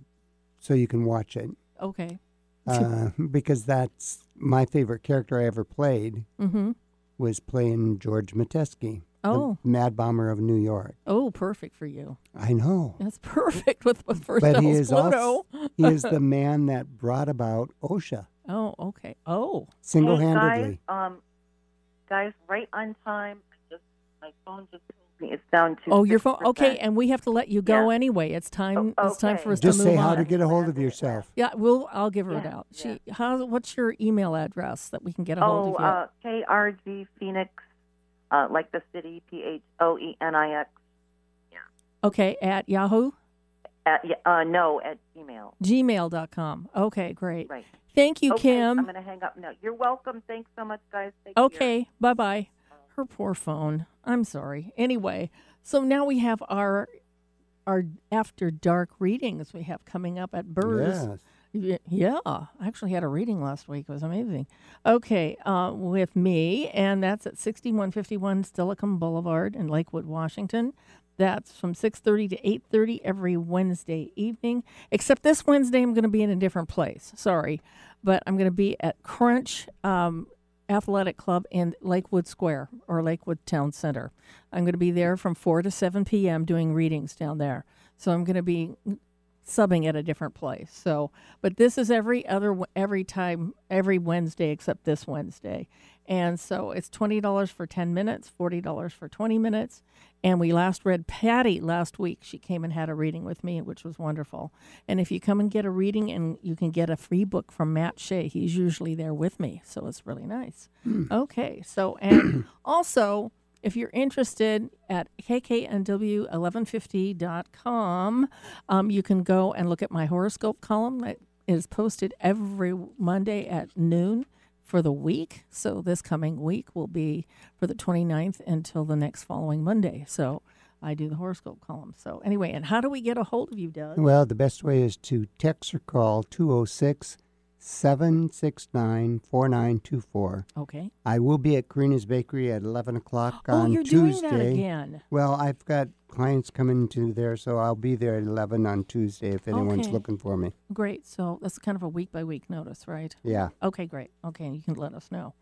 [SPEAKER 2] so you can
[SPEAKER 1] [laughs]
[SPEAKER 2] watch it
[SPEAKER 1] okay,
[SPEAKER 2] uh, because that's my favorite character I ever played
[SPEAKER 1] mm-hmm.
[SPEAKER 2] was playing George Metesky,
[SPEAKER 1] Oh.
[SPEAKER 2] the Mad Bomber of New York.
[SPEAKER 1] Oh, perfect for you. [laughs]
[SPEAKER 2] I know,
[SPEAKER 1] That's perfect with, with first
[SPEAKER 2] but he
[SPEAKER 1] house
[SPEAKER 2] is
[SPEAKER 1] Pluto.
[SPEAKER 2] also he is the man that brought about OSHA
[SPEAKER 1] [laughs] oh, okay. Oh,
[SPEAKER 2] single-handedly.
[SPEAKER 6] Hey, guys, um, guys, right on time. Just my phone just told me it's down to.
[SPEAKER 1] oh, your phone.
[SPEAKER 6] 6%.
[SPEAKER 1] Okay, and we have to let you go
[SPEAKER 6] Yeah.
[SPEAKER 1] anyway. It's time.
[SPEAKER 6] Oh,
[SPEAKER 1] It's time for
[SPEAKER 6] okay.
[SPEAKER 1] us
[SPEAKER 2] Just
[SPEAKER 1] to
[SPEAKER 2] say
[SPEAKER 1] move
[SPEAKER 2] how
[SPEAKER 1] on.
[SPEAKER 2] to get a hold of yourself.
[SPEAKER 1] yeah, we'll. I'll give her it
[SPEAKER 6] Yeah,
[SPEAKER 1] out. She. How? What's your email address that we can get a hold
[SPEAKER 6] oh,
[SPEAKER 1] of you? at?
[SPEAKER 6] uh, KRG Phoenix, uh, like the city, P H O E N I X.
[SPEAKER 1] okay, at Yahoo,
[SPEAKER 6] At yeah, uh, no at Gmail.
[SPEAKER 1] gmail.com. Okay, great.
[SPEAKER 6] Right.
[SPEAKER 1] Thank you,
[SPEAKER 6] okay,
[SPEAKER 1] Kim.
[SPEAKER 6] I'm gonna hang up now. You're welcome. Thanks so much, guys. Take care.
[SPEAKER 1] Okay, bye bye. Her poor phone. I'm sorry. Anyway, so now we have our our after dark readings we have coming up at Burrs.
[SPEAKER 2] Yes.
[SPEAKER 1] Yeah. I actually had a reading last week. It was amazing. Okay, uh, with me, and that's at 6151 Stillicum Boulevard in Lakewood, Washington. That's from 6:30 to 8:30 every Wednesday evening. Except this Wednesday, I'm going to be in a different place. Sorry, but I'm going to be at Crunch um, Athletic Club in Lakewood Square or Lakewood Town Center. I'm going to be there from 4 to 7 p.m. doing readings down there. So I'm going to be subbing at a different place. So, but this is every other every time every Wednesday except this Wednesday. And so it's $20 for 10 minutes, $40 for 20 minutes. And we last read Patty last week. She came and had a reading with me, which was wonderful. And if you come and get a reading and you can get a free book from Matt Shea, he's usually there with me. So it's really nice. Okay. So, and [clears throat] also, if you're interested at kknw1150.com, um, you can go and look at my horoscope column that is posted every Monday at noon for the week. So this coming week will be for the 29th until the next following Monday. So I do the horoscope column. So anyway, and how do we get a hold of you, Doug?
[SPEAKER 2] oh Well, the best way is to text or call 206 769 4924.
[SPEAKER 1] Okay.
[SPEAKER 2] I will be at Karina's Bakery at 11 o'clock
[SPEAKER 1] Oh,
[SPEAKER 2] on
[SPEAKER 1] you're doing
[SPEAKER 2] Tuesday.
[SPEAKER 1] that again.
[SPEAKER 2] Well, I've got clients coming to there, so I'll be there at 11 on Tuesday if anyone's
[SPEAKER 1] Okay.
[SPEAKER 2] looking for me.
[SPEAKER 1] Great. So that's kind of a week by week notice, right?
[SPEAKER 2] Yeah.
[SPEAKER 1] Okay, great. Okay, you can let us know.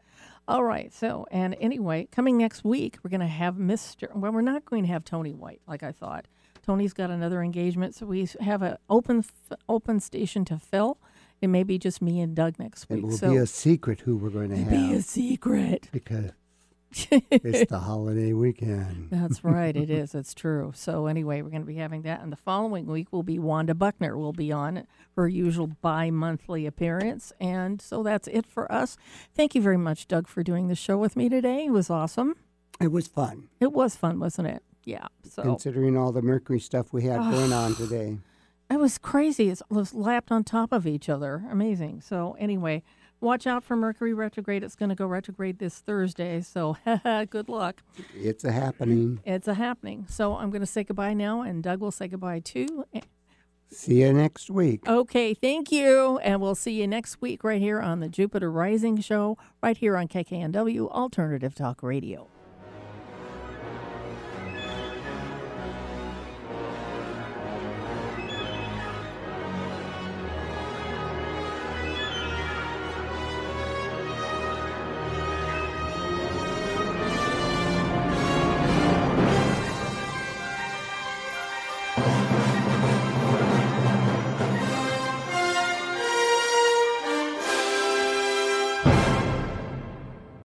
[SPEAKER 1] All right. So, and anyway, coming next week, we're going to have Mr. Well, we're not going to have Tony White, like I thought. Tony's got another engagement, so we have an open f- open station to fill. It may be just me and Doug next week.
[SPEAKER 2] It will
[SPEAKER 1] so
[SPEAKER 2] be a secret who we're going to
[SPEAKER 1] it'll
[SPEAKER 2] have.
[SPEAKER 1] be a [laughs] secret.
[SPEAKER 2] because it's the
[SPEAKER 1] [laughs]
[SPEAKER 2] holiday weekend.
[SPEAKER 1] That's right. It is. It's true. So anyway, we're going to be having that, and the following week will be Wanda Buckner. will be on her usual bi-monthly appearance, and so that's it for us. Thank you very much, Doug, for doing the show with me today. It was awesome.
[SPEAKER 2] It was fun,
[SPEAKER 1] It was fun, wasn't it? Yeah. So
[SPEAKER 2] considering all the Mercury stuff we had
[SPEAKER 1] [sighs]
[SPEAKER 2] going on today.
[SPEAKER 1] it was crazy. It was lapped on top of each other. Amazing. So anyway, watch out for Mercury retrograde. It's going to go retrograde this Thursday. So [laughs] good luck.
[SPEAKER 2] It's a happening.
[SPEAKER 1] It's a happening. So I'm going to say goodbye now, and Doug will say goodbye too.
[SPEAKER 2] See you next week.
[SPEAKER 1] Okay, thank you. And we'll see you next week right here on the Jupiter Rising Show, right here on KKNW Alternative Talk Radio.